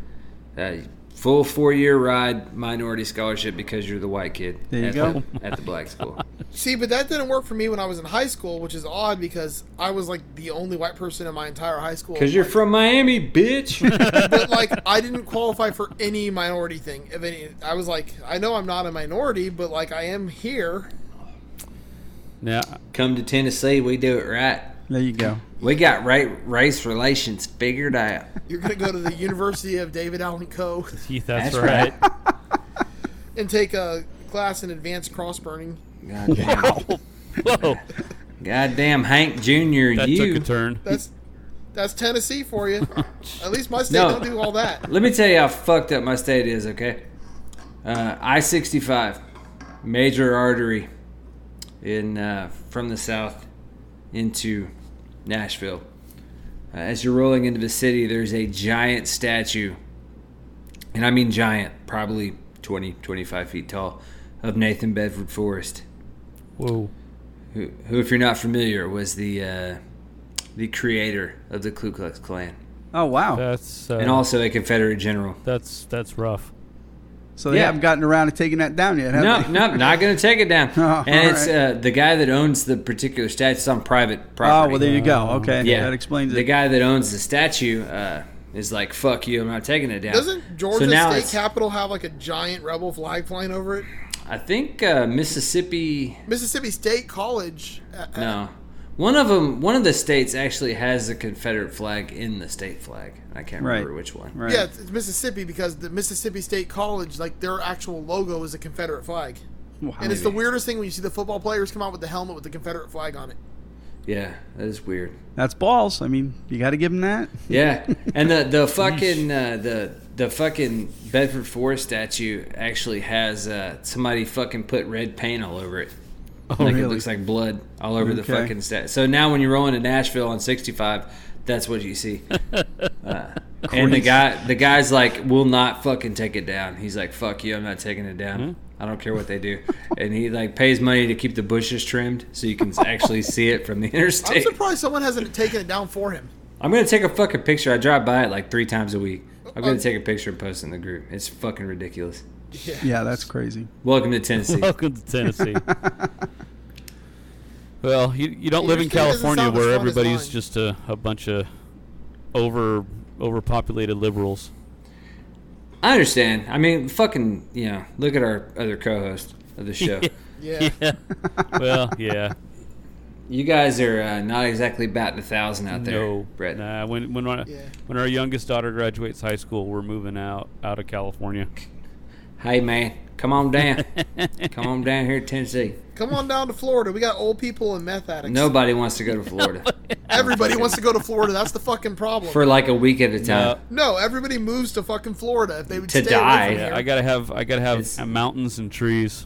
Speaker 10: Uh, Full four year ride minority scholarship because you're the white kid
Speaker 12: There you
Speaker 10: at,
Speaker 12: go.
Speaker 10: The, at the black school.
Speaker 9: See, but that didn't work for me when I was in high school, which is odd because I was like the only white person in my entire high school.
Speaker 10: Because you're
Speaker 9: Like,
Speaker 10: from Miami, bitch.
Speaker 9: but like I didn't qualify for any minority thing. If any, I was like, I know I'm not a minority, but like I am here.
Speaker 11: Yeah.
Speaker 10: Come to Tennessee, we do it right.
Speaker 12: There you go.
Speaker 10: We got right race relations figured out.
Speaker 9: You're gonna go to the University of David Allen Co.
Speaker 11: that's,
Speaker 10: That's
Speaker 11: right.
Speaker 10: right.
Speaker 9: and take a class in advanced cross burning.
Speaker 10: Goddamn.
Speaker 11: Whoa.
Speaker 10: Goddamn Hank Jr.
Speaker 11: That
Speaker 10: you.
Speaker 11: took a turn.
Speaker 9: That's that's Tennessee for you. At least my state
Speaker 10: No.
Speaker 9: don't do all that.
Speaker 10: Let me tell you how fucked up my state is, okay? Uh, I 65, major artery in uh, from the south into Nashville. Uh, as you're rolling into the city, there's a giant statue, and I mean giant, probably 20, 25 feet tall, of Nathan Bedford Forrest.
Speaker 11: Whoa.
Speaker 10: who, who if you're not familiar, was the uh, the creator of the Ku Klux Klan
Speaker 12: Oh wow.
Speaker 11: That's uh,
Speaker 10: and also a Confederate general.
Speaker 11: that's that's rough.
Speaker 12: So they
Speaker 10: Yeah.
Speaker 12: haven't gotten around to taking that down yet. Have
Speaker 10: No,
Speaker 12: they?
Speaker 10: no, not going to take it down.
Speaker 12: Oh,
Speaker 10: and it's
Speaker 12: all
Speaker 10: uh, the guy that owns the particular statue it's on private property.
Speaker 12: Oh well, there you go. Okay. That explains
Speaker 10: The
Speaker 12: it.
Speaker 10: guy that owns the statue uh, is like, "Fuck you! I'm not taking it down."
Speaker 9: Doesn't
Speaker 10: so
Speaker 9: Georgia
Speaker 10: now
Speaker 9: State
Speaker 10: it's-
Speaker 9: Capitol have like a giant rebel flag flying over it?
Speaker 10: I think uh, Mississippi.
Speaker 9: Mississippi State College. uh, uh,
Speaker 10: No, one of them. One of the states actually has the Confederate flag in the state flag. I can't
Speaker 12: Right.
Speaker 10: remember which one.
Speaker 12: Right.
Speaker 9: Yeah, it's, it's Mississippi because the Mississippi State College, like their actual logo is a Confederate flag,
Speaker 12: Wow.
Speaker 9: and it's the weirdest thing when you see the football players come out with the helmet with the Confederate flag on it.
Speaker 10: Yeah, that is weird.
Speaker 12: That's balls. I mean, you got to give him that.
Speaker 10: Yeah, and the the fucking uh, the the fucking Bedford Forest statue actually has uh, somebody fucking put red paint all over it. like it
Speaker 12: Oh, really?
Speaker 10: looks like blood all over the
Speaker 12: Okay.
Speaker 10: fucking stat. So now when you're rolling to Nashville on 65, that's what you see. Uh, and the
Speaker 12: Crazy.
Speaker 10: guy the guy's like will not fucking take it down. He's like fuck you, I'm not taking it down.
Speaker 12: Hmm?
Speaker 10: I don't care what they do. And he like pays money to keep the bushes trimmed so you can actually see it from the
Speaker 9: I'm
Speaker 10: interstate.
Speaker 9: surprised someone hasn't taken it down for him.
Speaker 10: I'm gonna take a fucking picture. I drive by it like three times a week. I'm
Speaker 9: Oh.
Speaker 10: gonna take a picture and post it in the group. It's fucking ridiculous.
Speaker 12: Yeah, that's crazy.
Speaker 10: Welcome to Tennessee.
Speaker 11: Welcome to Tennessee. well, you, you don't live in
Speaker 9: Your state doesn't
Speaker 11: California
Speaker 9: sound as
Speaker 11: where
Speaker 9: fun as
Speaker 11: everybody's
Speaker 9: mine.
Speaker 11: just a, a bunch of over overpopulated liberals.
Speaker 10: I understand. I mean, fucking, you know, look at our other co-host of the show.
Speaker 9: Yeah.
Speaker 11: Well, yeah.
Speaker 10: You guys are uh, not exactly batting a thousand out there,
Speaker 11: No,
Speaker 10: Brett.
Speaker 11: Nah, when when our,
Speaker 9: Yeah.
Speaker 11: when our youngest daughter graduates high school, we're moving out out of California.
Speaker 10: Hey, man, come on down. come on down here to Tennessee.
Speaker 9: Come on down to Florida. We got old people and meth addicts.
Speaker 10: Nobody wants to go to Florida
Speaker 9: Everybody wants to go to Florida. That's the fucking problem.
Speaker 10: for like a week at a time.
Speaker 9: no, everybody moves to fucking Florida if they would
Speaker 10: To
Speaker 9: stay
Speaker 10: die.
Speaker 9: Away from
Speaker 10: Yeah,
Speaker 9: here.
Speaker 11: I gotta have I gotta have
Speaker 10: It's-
Speaker 11: mountains and trees.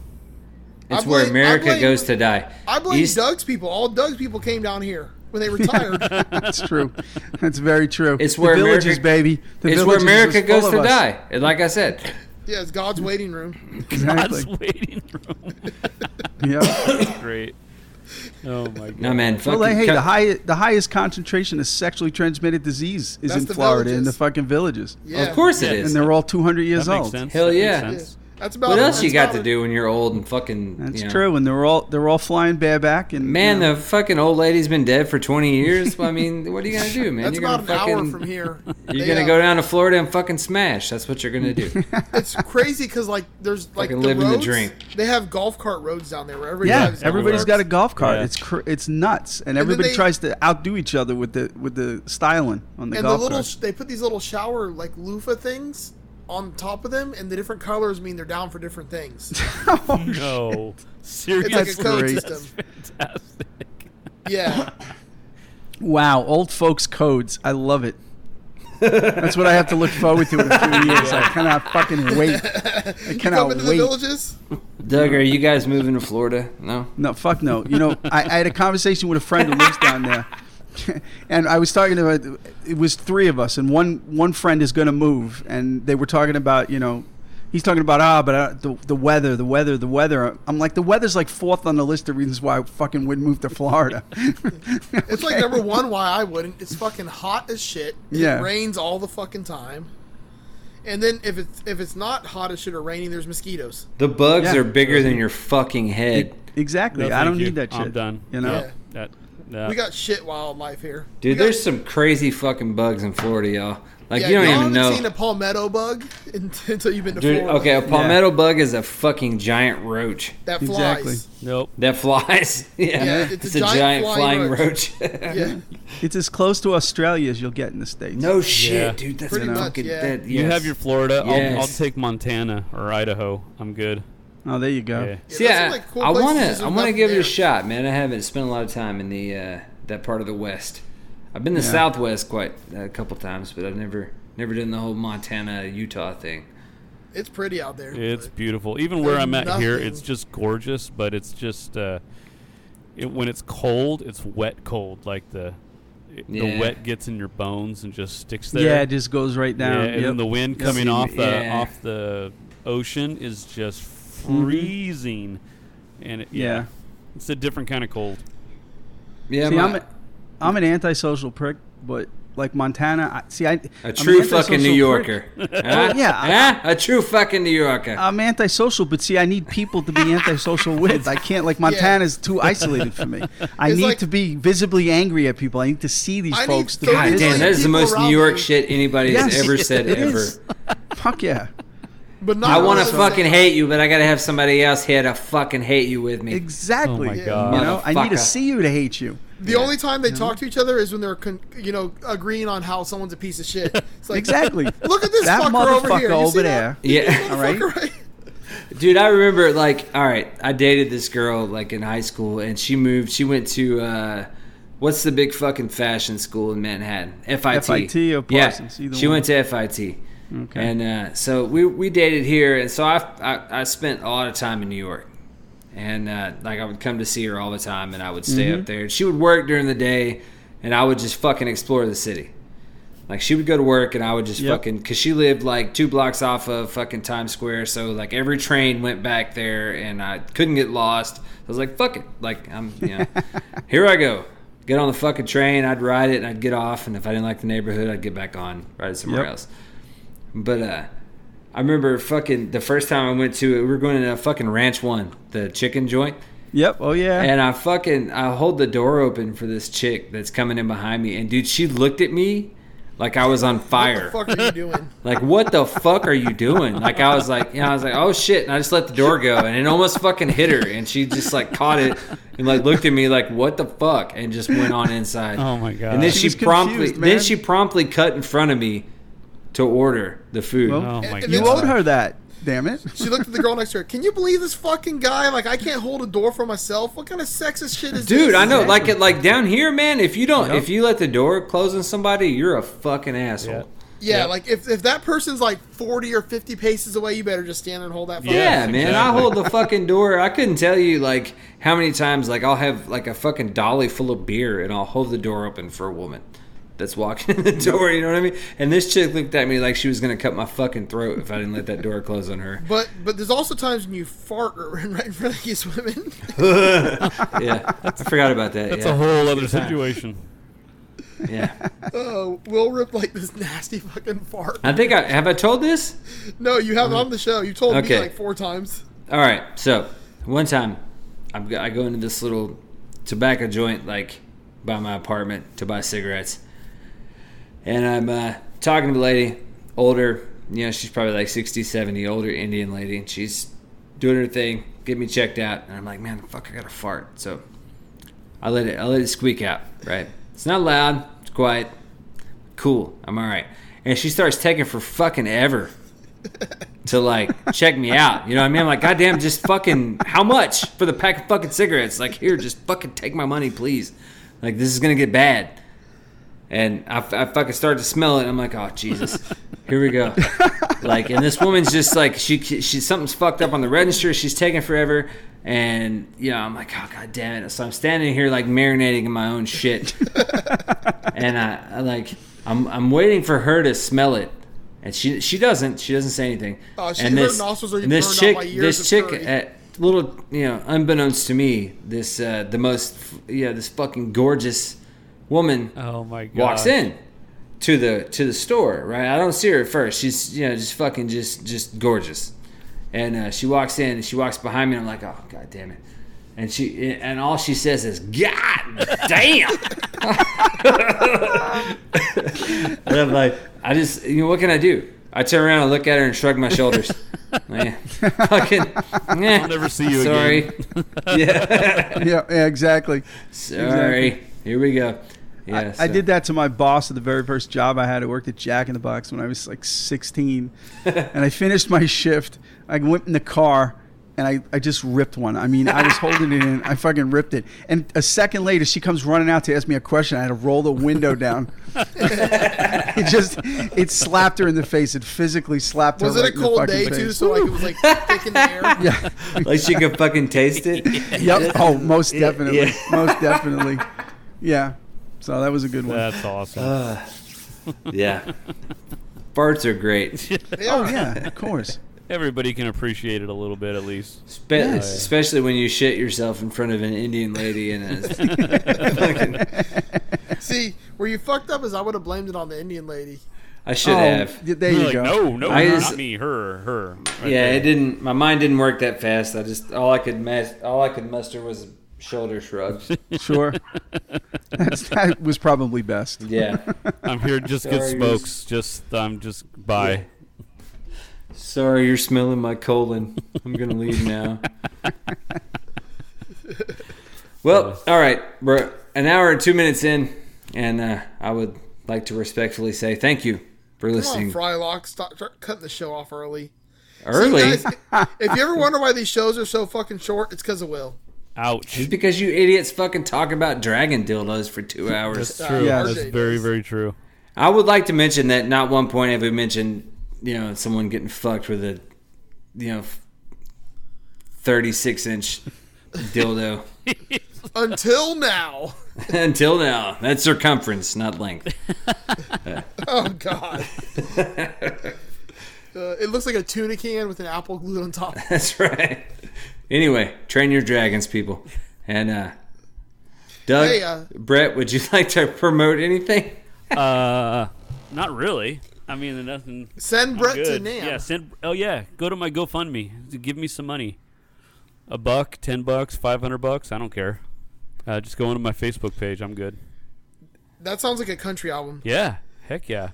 Speaker 10: It's
Speaker 9: I
Speaker 10: where
Speaker 9: blame- I
Speaker 10: America
Speaker 9: blame-
Speaker 10: goes to die.
Speaker 9: I blame
Speaker 10: East-
Speaker 9: Doug's people. All Doug's people came down here when they retired.
Speaker 12: That's true. That's very true.
Speaker 10: It's where
Speaker 12: the villages,
Speaker 10: America,
Speaker 12: baby. The
Speaker 10: it's where
Speaker 12: villages is
Speaker 10: America
Speaker 12: full
Speaker 10: goes
Speaker 12: of
Speaker 10: to
Speaker 12: us.
Speaker 10: die. And Like I said,
Speaker 9: yeah, it's God's waiting room.
Speaker 12: Exactly. God's
Speaker 11: waiting room.
Speaker 12: Yeah.
Speaker 11: Great. Oh my god.
Speaker 10: No, man,
Speaker 12: Well, hey, the high, the highest concentration of sexually transmitted disease is
Speaker 9: That's
Speaker 12: in
Speaker 9: the
Speaker 12: Florida in
Speaker 9: villages.
Speaker 12: the fucking villages.
Speaker 9: Yeah. Of
Speaker 10: course it
Speaker 12: and
Speaker 10: is.
Speaker 12: they're all 200 years
Speaker 10: That makes
Speaker 12: old.
Speaker 10: sense. Hell That makes yeah. sense.
Speaker 9: That's about
Speaker 10: what
Speaker 9: it.
Speaker 10: else you
Speaker 9: That's
Speaker 10: got
Speaker 9: about
Speaker 10: to
Speaker 9: it.
Speaker 10: do when you're old and fucking?
Speaker 12: That's
Speaker 10: you know?
Speaker 12: true, and they're all they're all flying bareback and
Speaker 10: Man, the fucking old lady's been dead for 20 years. Well, I mean, what are you gonna do, man?
Speaker 9: That's
Speaker 10: you're gonna
Speaker 9: about an
Speaker 10: fucking,
Speaker 9: hour from here.
Speaker 10: You're
Speaker 9: They,
Speaker 10: gonna
Speaker 9: uh,
Speaker 10: go down to Florida and fucking smash. That's what you're gonna do.
Speaker 9: It's crazy because like there's like
Speaker 10: Fucking
Speaker 9: the
Speaker 10: living the
Speaker 9: roads,
Speaker 10: dream.
Speaker 9: They have golf cart roads down there. Where everybody
Speaker 12: yeah,
Speaker 9: drives golf
Speaker 12: everybody's
Speaker 9: carts.
Speaker 12: got a golf cart.
Speaker 11: Yeah.
Speaker 12: It's cr- it's nuts, and
Speaker 9: then
Speaker 12: everybody
Speaker 9: they-
Speaker 12: tries to outdo each other with the with the styling on the
Speaker 9: and the
Speaker 12: golf
Speaker 9: little
Speaker 12: cart.
Speaker 9: sh- they put these little shower like loofah things on top of them, and the different colors mean they're down for different things.
Speaker 11: No.
Speaker 9: It's like
Speaker 11: Seriously.
Speaker 9: a code
Speaker 12: great.
Speaker 9: system.
Speaker 11: Fantastic.
Speaker 9: Yeah,
Speaker 12: Wow, old folks codes. I love it. That's what I have to look forward to in a few years. I cannot fucking wait. I cannot
Speaker 9: come into
Speaker 12: wait.
Speaker 9: the villages.
Speaker 10: Doug, are you guys moving to Florida? No.
Speaker 12: No, fuck no. You know, I, I had a conversation with a friend who lives down there, and I was talking about it was three of us, and one one friend is going to move, and they were talking about you know, he's talking about ah, but uh, the the weather, the weather, the weather. I'm like the weather's like fourth on the list of reasons why I fucking would move to Florida.
Speaker 9: It's like number one why I wouldn't. It's fucking hot as shit.
Speaker 12: Yeah.
Speaker 9: It rains all the fucking time. And then if it's if it's not hot as shit or raining, there's mosquitoes.
Speaker 10: The bugs
Speaker 12: Yeah.
Speaker 10: are bigger than your fucking head.
Speaker 12: exactly.
Speaker 11: No,
Speaker 12: I
Speaker 11: thank
Speaker 12: don't
Speaker 11: you.
Speaker 12: need that shit.
Speaker 11: I'm done.
Speaker 12: You know.
Speaker 9: Yeah.
Speaker 11: That, that-
Speaker 9: We got shit wildlife here.
Speaker 10: Dude, there's some crazy fucking bugs in Florida, y'all. Like
Speaker 9: yeah,
Speaker 10: you don't
Speaker 9: y'all
Speaker 10: even
Speaker 9: haven't
Speaker 10: know.
Speaker 9: seen a palmetto bug in- until you've been to
Speaker 10: Dude,
Speaker 9: Florida.
Speaker 10: okay, a palmetto bug is a fucking giant roach
Speaker 9: That flies.
Speaker 12: Exactly.
Speaker 11: nope.
Speaker 10: that flies. yeah.
Speaker 9: Yeah,
Speaker 10: it's, a, giant, flying roach.
Speaker 9: Yeah,
Speaker 12: It's as close to Australia as you'll get in the states.
Speaker 10: no shit,
Speaker 11: Yeah.
Speaker 10: dude. That's
Speaker 9: Pretty
Speaker 10: fucking.
Speaker 9: much, yeah.
Speaker 10: That,
Speaker 11: You
Speaker 10: yes.
Speaker 11: have your Florida. I'll, I'll
Speaker 10: Yes.
Speaker 11: take Montana or Idaho. I'm good.
Speaker 12: Oh, there you go.
Speaker 11: Yeah.
Speaker 10: See,
Speaker 9: those are,
Speaker 10: I,
Speaker 9: like, cool
Speaker 10: I
Speaker 9: places
Speaker 10: want
Speaker 9: just
Speaker 10: to. I
Speaker 9: with
Speaker 10: want to
Speaker 9: nothing
Speaker 10: give it
Speaker 9: there.
Speaker 10: a shot, man. I haven't spent a lot of time in the uh, that part of the West. I've been to Southwest quite a couple times, but I've never never done the whole Montana Utah thing.
Speaker 9: it's pretty out there.
Speaker 11: It's
Speaker 9: but-
Speaker 11: beautiful. Even where
Speaker 9: There's
Speaker 11: I'm at here,
Speaker 9: nothing.
Speaker 11: it's just gorgeous. But it's just uh, it, when it's cold, it's wet cold. Like the it-
Speaker 10: Yeah.
Speaker 11: the wet gets in your bones and just sticks there.
Speaker 12: Yeah, it just goes right
Speaker 11: Yeah,
Speaker 12: down.
Speaker 11: and
Speaker 12: Yep.
Speaker 11: then the wind
Speaker 10: Yep.
Speaker 11: coming off the
Speaker 10: Yeah.
Speaker 11: off the ocean is just freezing, and it, yeah,
Speaker 12: Yeah.
Speaker 11: it's a different kind of cold.
Speaker 10: Yeah,
Speaker 12: See,
Speaker 10: my-
Speaker 12: I'm, a, I'm an antisocial prick, but like Montana, I, see, I
Speaker 10: a true
Speaker 12: I'm an
Speaker 10: fucking
Speaker 12: antisocial
Speaker 10: New
Speaker 12: Oh,
Speaker 10: Yorker. Huh?
Speaker 12: yeah, Uh,
Speaker 10: Huh? a true fucking New Yorker.
Speaker 12: I'm antisocial, but see, I need people to be antisocial with. I can't like Montana's too isolated for me. I
Speaker 9: It's
Speaker 12: need
Speaker 9: like-
Speaker 12: to be visibly angry at people. I need to see these
Speaker 9: I need
Speaker 12: folks. To be
Speaker 9: 30
Speaker 10: God damn,
Speaker 12: distant.
Speaker 10: that is the
Speaker 9: people
Speaker 10: most
Speaker 9: around
Speaker 10: New York
Speaker 9: me.
Speaker 10: shit anybody
Speaker 12: Yes,
Speaker 10: has ever said
Speaker 12: it
Speaker 10: ever.
Speaker 12: is. Fuck yeah,
Speaker 9: But not
Speaker 10: I want to
Speaker 9: really.
Speaker 10: fucking hate you, but I gotta have somebody else here to fucking hate you with me.
Speaker 12: exactly.
Speaker 11: Oh my
Speaker 12: You
Speaker 11: God.
Speaker 12: know, I need to
Speaker 10: Motherfucker.
Speaker 12: see you to hate you.
Speaker 9: The only time they talk to each other is when they're, con- you know, agreeing on how someone's a piece of shit. It's like,
Speaker 12: Exactly.
Speaker 9: Look at this
Speaker 12: that
Speaker 9: fucker
Speaker 12: motherfucker
Speaker 9: over here. You see
Speaker 12: there.
Speaker 9: that?
Speaker 10: Yeah.
Speaker 12: All right.
Speaker 9: Fucker, right?
Speaker 10: Dude, I remember like, all right, I dated this girl like in high school, and she moved. She went to uh, what's the big fucking fashion school in Manhattan? FIT.
Speaker 12: FIT or Parsons,
Speaker 10: Yeah,
Speaker 12: either
Speaker 10: she
Speaker 12: one.
Speaker 10: went to FIT.
Speaker 12: Okay.
Speaker 10: And uh, so we we dated here, and so I, I I spent a lot of time in New York, and uh, like I would come to see her all the time, and I would stay
Speaker 12: Mm-hmm.
Speaker 10: up there. She would work during the day, and I would just fucking explore the city. Like she would go to work and I would just
Speaker 12: Yep.
Speaker 10: fucking because she lived like two blocks off of fucking Times Square, so like every train went back there and I couldn't get lost. I was like, fuck it, like I'm, you know, here I go. Get on the fucking train. I'd ride it and I'd get off, and if I didn't like the neighborhood, I'd get back on, ride it somewhere
Speaker 12: Yep.
Speaker 10: else. But uh, I remember fucking the first time I went to it, we were going to fucking Ranch One, the chicken joint.
Speaker 12: Yep. Oh yeah.
Speaker 10: And I fucking I hold the door open for this chick that's coming in behind me, and dude, she looked at me like I was on fire.
Speaker 9: What the fuck are you doing?
Speaker 10: Like, what the fuck are you doing? Like, I was like, you know, I was like, oh shit, and I just let the door go, and it almost fucking hit her, and she just like caught it and like looked at me like, what the fuck, and just went on inside.
Speaker 11: Oh my god.
Speaker 10: And then
Speaker 12: She
Speaker 10: she,
Speaker 12: was
Speaker 10: promptly
Speaker 12: confused, man.
Speaker 10: then she promptly cut in front of me to order the food.
Speaker 12: Well,
Speaker 11: oh my
Speaker 9: and
Speaker 11: god.
Speaker 9: then
Speaker 12: you owed her that. Damn it.
Speaker 9: She looked at the girl next to her. Can you believe this fucking guy? Like, I can't hold a door for myself. What kind of sexist shit is this?
Speaker 10: Dude, I know, like it, like down here, man. If you don't, if you let the door close on somebody, you're a fucking asshole.
Speaker 9: Yeah,
Speaker 10: Yep.
Speaker 9: like if, if that person's like forty or fifty paces away, you better just stand there and hold that. phone.
Speaker 10: Yeah, man. I hold the fucking door. I couldn't tell you like how many times like I'll have like a fucking dolly full of beer and I'll hold the door open for a woman that's walking in the door, you know what I mean? And this chick looked at me like she was gonna cut my fucking throat if I didn't let that door close on her.
Speaker 9: But but there's also times when you fart right in front of these women.
Speaker 10: yeah. I forgot about that.
Speaker 11: That's
Speaker 10: yeah.
Speaker 11: a whole other
Speaker 10: Good time.
Speaker 11: situation.
Speaker 10: Yeah.
Speaker 9: Oh, Will ripped like this nasty fucking fart.
Speaker 10: I think I have I told this?
Speaker 9: No, you haven't on the show. You told
Speaker 10: Okay.
Speaker 9: me like four times.
Speaker 10: All right. So one time, I'm, go- I go into this little tobacco joint like by my apartment to buy cigarettes, and I'm uh, talking to a lady, older. You know, she's probably like 60, 70, older Indian lady, and she's doing her thing, getting me checked out, and I'm like, man, fuck, I got to fart. So I let it, I let it squeak out. Right? It's not loud. It's quiet. Cool. I'm all right. And she starts taking for fucking ever to like check me out. You know what I mean? I'm like, goddamn, just fucking how much for the pack of fucking cigarettes? Like, here, just fucking take my money, please. Like, this is gonna get bad. And I, I fucking started to smell it. And I'm like, oh Jesus, here we go. Like, and this woman's just like, she she something's fucked up on the register. She's taking forever. And you know, I'm like, oh god damn it. So I'm standing here like marinating in my own shit. and I, I like, I'm I'm waiting for her to smell it. And she she doesn't. She doesn't say anything.
Speaker 9: Oh, she-
Speaker 10: and
Speaker 9: her
Speaker 10: this,
Speaker 9: nostrils are
Speaker 10: and this
Speaker 9: burned out
Speaker 10: chick,
Speaker 9: by years
Speaker 10: this
Speaker 9: of
Speaker 10: chick,
Speaker 9: curry.
Speaker 10: at little, you know, unbeknownst to me, this uh, the most, yeah, this fucking gorgeous woman.
Speaker 11: Oh my god!
Speaker 10: walks in to the to the store right i don't see her at first she's you know just fucking just just gorgeous and uh, she walks in and she walks behind me and i'm like oh god damn it and she and all she says is god damn and i'm like i just you know what can i do i turn around and look at her and shrug my shoulders Man, fucking,
Speaker 11: I'll never see you
Speaker 10: sorry.
Speaker 11: again.
Speaker 10: yeah.
Speaker 12: yeah, yeah, exactly.
Speaker 10: Sorry.
Speaker 12: Exactly.
Speaker 10: Here we go. Yeah,
Speaker 12: I, I
Speaker 10: so-
Speaker 12: did that to my boss at the very first job I had. I worked at Jack in the Box when I was like 16. and I finished my shift. I went in the car and I, I just ripped one. I mean, I was holding it in. I fucking ripped it. And a second later, she comes running out to ask me a question. I had to roll the window down. it just, it slapped her in the face. It physically slapped
Speaker 9: Was
Speaker 12: her.
Speaker 9: it
Speaker 12: right
Speaker 9: a
Speaker 12: in the
Speaker 9: cold
Speaker 12: fucking
Speaker 9: day
Speaker 12: face.
Speaker 9: too? So like it was like thick in the air.
Speaker 12: Yeah.
Speaker 10: like she could fucking taste it.
Speaker 12: Yep. Oh, most definitely.
Speaker 10: Yeah.
Speaker 12: Most definitely. Yeah. So that was a good one.
Speaker 11: That's awesome.
Speaker 10: Uh, yeah. Farts are great.
Speaker 12: Oh yeah, of course.
Speaker 11: Everybody can appreciate it a little bit at least.
Speaker 10: Spe- Especially when you shit yourself in front of an Indian lady and a fucking-
Speaker 9: See, where you fucked up is I would have blamed it on the Indian lady.
Speaker 10: I should
Speaker 12: Oh,
Speaker 10: have.
Speaker 12: y- there you
Speaker 11: Like,
Speaker 12: go.
Speaker 11: no, no,
Speaker 10: I
Speaker 11: not
Speaker 10: just-
Speaker 11: me, her, her. Right
Speaker 10: yeah,
Speaker 11: there.
Speaker 10: it didn't. My mind didn't work that fast. I just all I could mas- all I could muster was shoulder shrugs.
Speaker 12: Sure. That's, that was probably best.
Speaker 10: Yeah.
Speaker 11: I'm here. Just get
Speaker 10: Sorry,
Speaker 11: smokes. Just I'm just bye.
Speaker 10: Sorry, you're smelling my colon. I'm gonna leave now. well, all right, we're an hour and two minutes in, and uh, I would like to respectfully say thank you for
Speaker 9: Come on,
Speaker 10: listening.
Speaker 9: Frylock, stop start cutting the show off early.
Speaker 10: Early?
Speaker 9: See, guys, if you ever wonder why these shows are so fucking short, it's because of Will.
Speaker 11: Ouch.
Speaker 10: Just because you idiots fucking talk about dragon dildos for two hours.
Speaker 11: That's
Speaker 9: Uh,
Speaker 11: true.
Speaker 12: Yeah.
Speaker 11: That's
Speaker 9: RJ
Speaker 11: very very true.
Speaker 10: I would like to mention that not one point have we mentioned, you know, someone getting fucked with a, you know, thirty-six inch dildo.
Speaker 9: Until now.
Speaker 10: Until now, that's circumference, not length.
Speaker 9: Oh God. Uh, it looks like a tuna can with an apple glued on top.
Speaker 10: That's right. Anyway, train your dragons, people. And uh, Doug,
Speaker 9: Hey, uh,
Speaker 10: Brett, would you like to promote anything?
Speaker 11: Uh, not really. I mean, nothing.
Speaker 9: Send
Speaker 11: I'm
Speaker 9: Brett to
Speaker 11: good.
Speaker 9: Nam.
Speaker 11: Yeah, send. Oh yeah, go to my GoFundMe. Give me some money. A buck, ten bucks, five hundred bucks. I don't care. Uh, just go onto my Facebook page. I'm good.
Speaker 9: That sounds like a country album.
Speaker 11: Yeah. Heck yeah.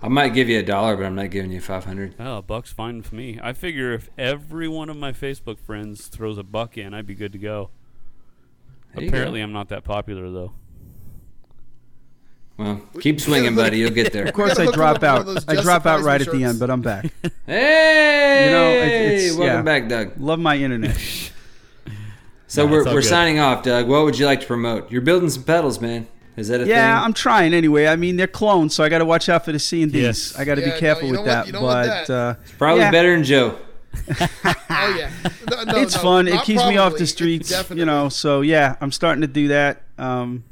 Speaker 10: I might give you a dollar, but I'm not giving you 500.
Speaker 11: Oh, a buck's fine with me. I figure if every one of my Facebook friends throws a buck in, I'd be good to go.
Speaker 10: There you go.
Speaker 11: Apparently, I'm not that popular though.
Speaker 10: Well, keep swinging, buddy. You'll get there.
Speaker 12: Of course, I
Speaker 9: gotta hook
Speaker 12: drop
Speaker 9: him up
Speaker 12: out.
Speaker 9: with one of those
Speaker 12: I drop out right at the
Speaker 9: Justifies
Speaker 12: end, but I'm back.
Speaker 10: Hey!
Speaker 12: You know, it- it's-
Speaker 10: Welcome
Speaker 12: yeah.
Speaker 10: back, Doug.
Speaker 12: Love my internet.
Speaker 10: So
Speaker 11: Nah,
Speaker 10: we're,
Speaker 11: it's all
Speaker 10: we're
Speaker 11: good.
Speaker 10: signing off, Doug. What would you like to promote? You're building some pedals, man. Is that a
Speaker 12: yeah,
Speaker 10: thing?
Speaker 12: I'm trying anyway. I mean, they're clones, so I got to watch out for the C and D's.
Speaker 10: Yes.
Speaker 12: I got to
Speaker 9: Yeah, no,
Speaker 12: be careful
Speaker 9: you
Speaker 12: with
Speaker 9: don't want-
Speaker 12: that.
Speaker 9: you don't want
Speaker 12: but
Speaker 9: that.
Speaker 12: uh,
Speaker 10: It's probably
Speaker 12: yeah,
Speaker 10: better than Joe.
Speaker 9: Oh yeah, No, no,
Speaker 12: uh, it's
Speaker 9: no,
Speaker 12: fun. It
Speaker 9: not
Speaker 12: keeps me off
Speaker 9: probably.
Speaker 12: the
Speaker 9: It
Speaker 12: streets, you
Speaker 9: definitely-
Speaker 12: know. So yeah, I'm starting to do that. Um,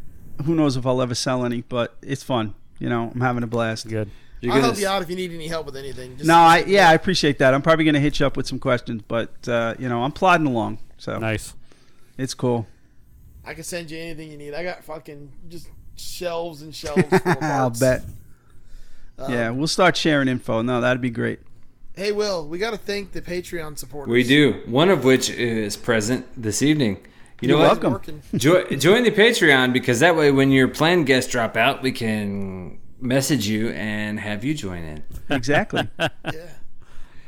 Speaker 12: who knows if I'll ever sell any, but it's fun. You know, I'm having a blast. Good.
Speaker 9: I'll help you out if you need any help with anything. Just
Speaker 12: No, I yeah, I appreciate that. I'm probably going to hit you up with some questions, but uh, you know, I'm plodding along. So
Speaker 11: nice.
Speaker 12: It's cool.
Speaker 9: I can send you anything you need. I got fucking just shelves and shelves. full of
Speaker 12: I'll
Speaker 9: parts.
Speaker 12: bet.
Speaker 9: Uh,
Speaker 12: yeah, we'll start sharing info. No, that'd be great.
Speaker 9: Hey, Will, we got to thank the Patreon supporters.
Speaker 10: We do. One of which is present this evening. You know
Speaker 12: You're
Speaker 10: what?
Speaker 12: welcome.
Speaker 10: Jo- join the Patreon because that way, when your planned guests drop out, we can message you and have you join in.
Speaker 12: Exactly.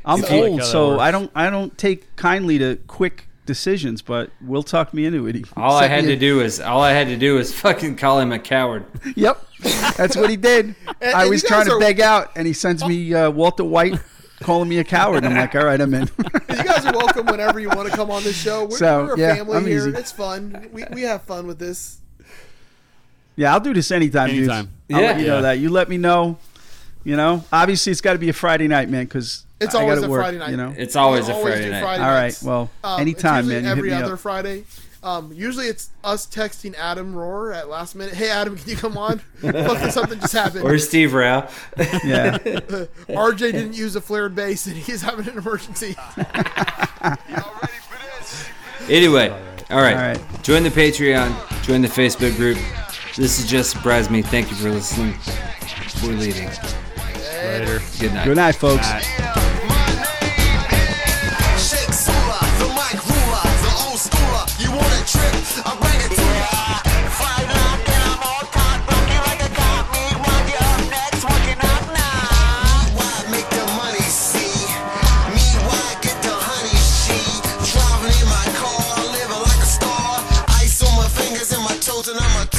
Speaker 12: I'm
Speaker 10: If you-
Speaker 12: old,
Speaker 10: Like how
Speaker 12: so
Speaker 10: that
Speaker 12: I don't I don't take kindly to quick decisions, but Will talk me into it. He
Speaker 10: All I
Speaker 12: sent
Speaker 10: had
Speaker 12: me
Speaker 10: to
Speaker 12: a-
Speaker 10: do was all I had to do was fucking call him a coward.
Speaker 12: Yep, that's what he did.
Speaker 9: And-
Speaker 12: I
Speaker 9: and
Speaker 12: was
Speaker 9: you
Speaker 12: trying
Speaker 9: guys
Speaker 12: to
Speaker 9: are-
Speaker 12: beg out, and he sends me uh, Walter White calling me a coward. I'm like, all right, I'm in.
Speaker 9: You guys are welcome whenever you want to come on this show. We're,
Speaker 12: So,
Speaker 9: we're a
Speaker 12: yeah,
Speaker 9: family
Speaker 12: I'm
Speaker 9: here.
Speaker 12: easy.
Speaker 9: It's fun. We, we have fun with this.
Speaker 12: yeah, I'll do this anytime. dudes.
Speaker 11: Anytime.
Speaker 12: I'll let
Speaker 10: Yeah.
Speaker 12: you know
Speaker 10: Yeah.
Speaker 12: that. You let me know. You know, obviously it's got to be a Friday night, man, because
Speaker 9: It's
Speaker 12: I
Speaker 9: always
Speaker 12: gotta
Speaker 9: a
Speaker 12: work,
Speaker 9: Friday night.
Speaker 12: You know,
Speaker 10: It's always a
Speaker 9: Always
Speaker 10: Friday
Speaker 9: do
Speaker 10: night.
Speaker 9: Friday
Speaker 12: All right,
Speaker 9: nights.
Speaker 12: well,
Speaker 9: Um,
Speaker 12: anytime,
Speaker 9: it's usually
Speaker 12: man. You hit
Speaker 9: every
Speaker 12: me
Speaker 9: other
Speaker 12: up.
Speaker 9: Friday. Um, usually it's us texting Adam Rohr at last minute. Hey, Adam, can you come on? Fucking something just happened.
Speaker 10: Or Steve Rao.
Speaker 12: Yeah.
Speaker 9: RJ didn't use a flared base and he's having an emergency.
Speaker 10: Anyway, all right.
Speaker 12: All
Speaker 10: Join the Patreon. Join the Facebook group. This is just surprise me. Thank you for listening. We're leaving. Later. Good night.
Speaker 12: Good night, folks.
Speaker 13: Shake Sula, the mic ruler, the old schooler. You want a trip? I bring it to ya. Fried lock and I'm all caught. Rocky like a cop. Meanwhile, you're up next, working up now. Why make the money see? Me, why get the honey? She driving in my car, living like a star. Ice on my fingers and my toes, and I'm a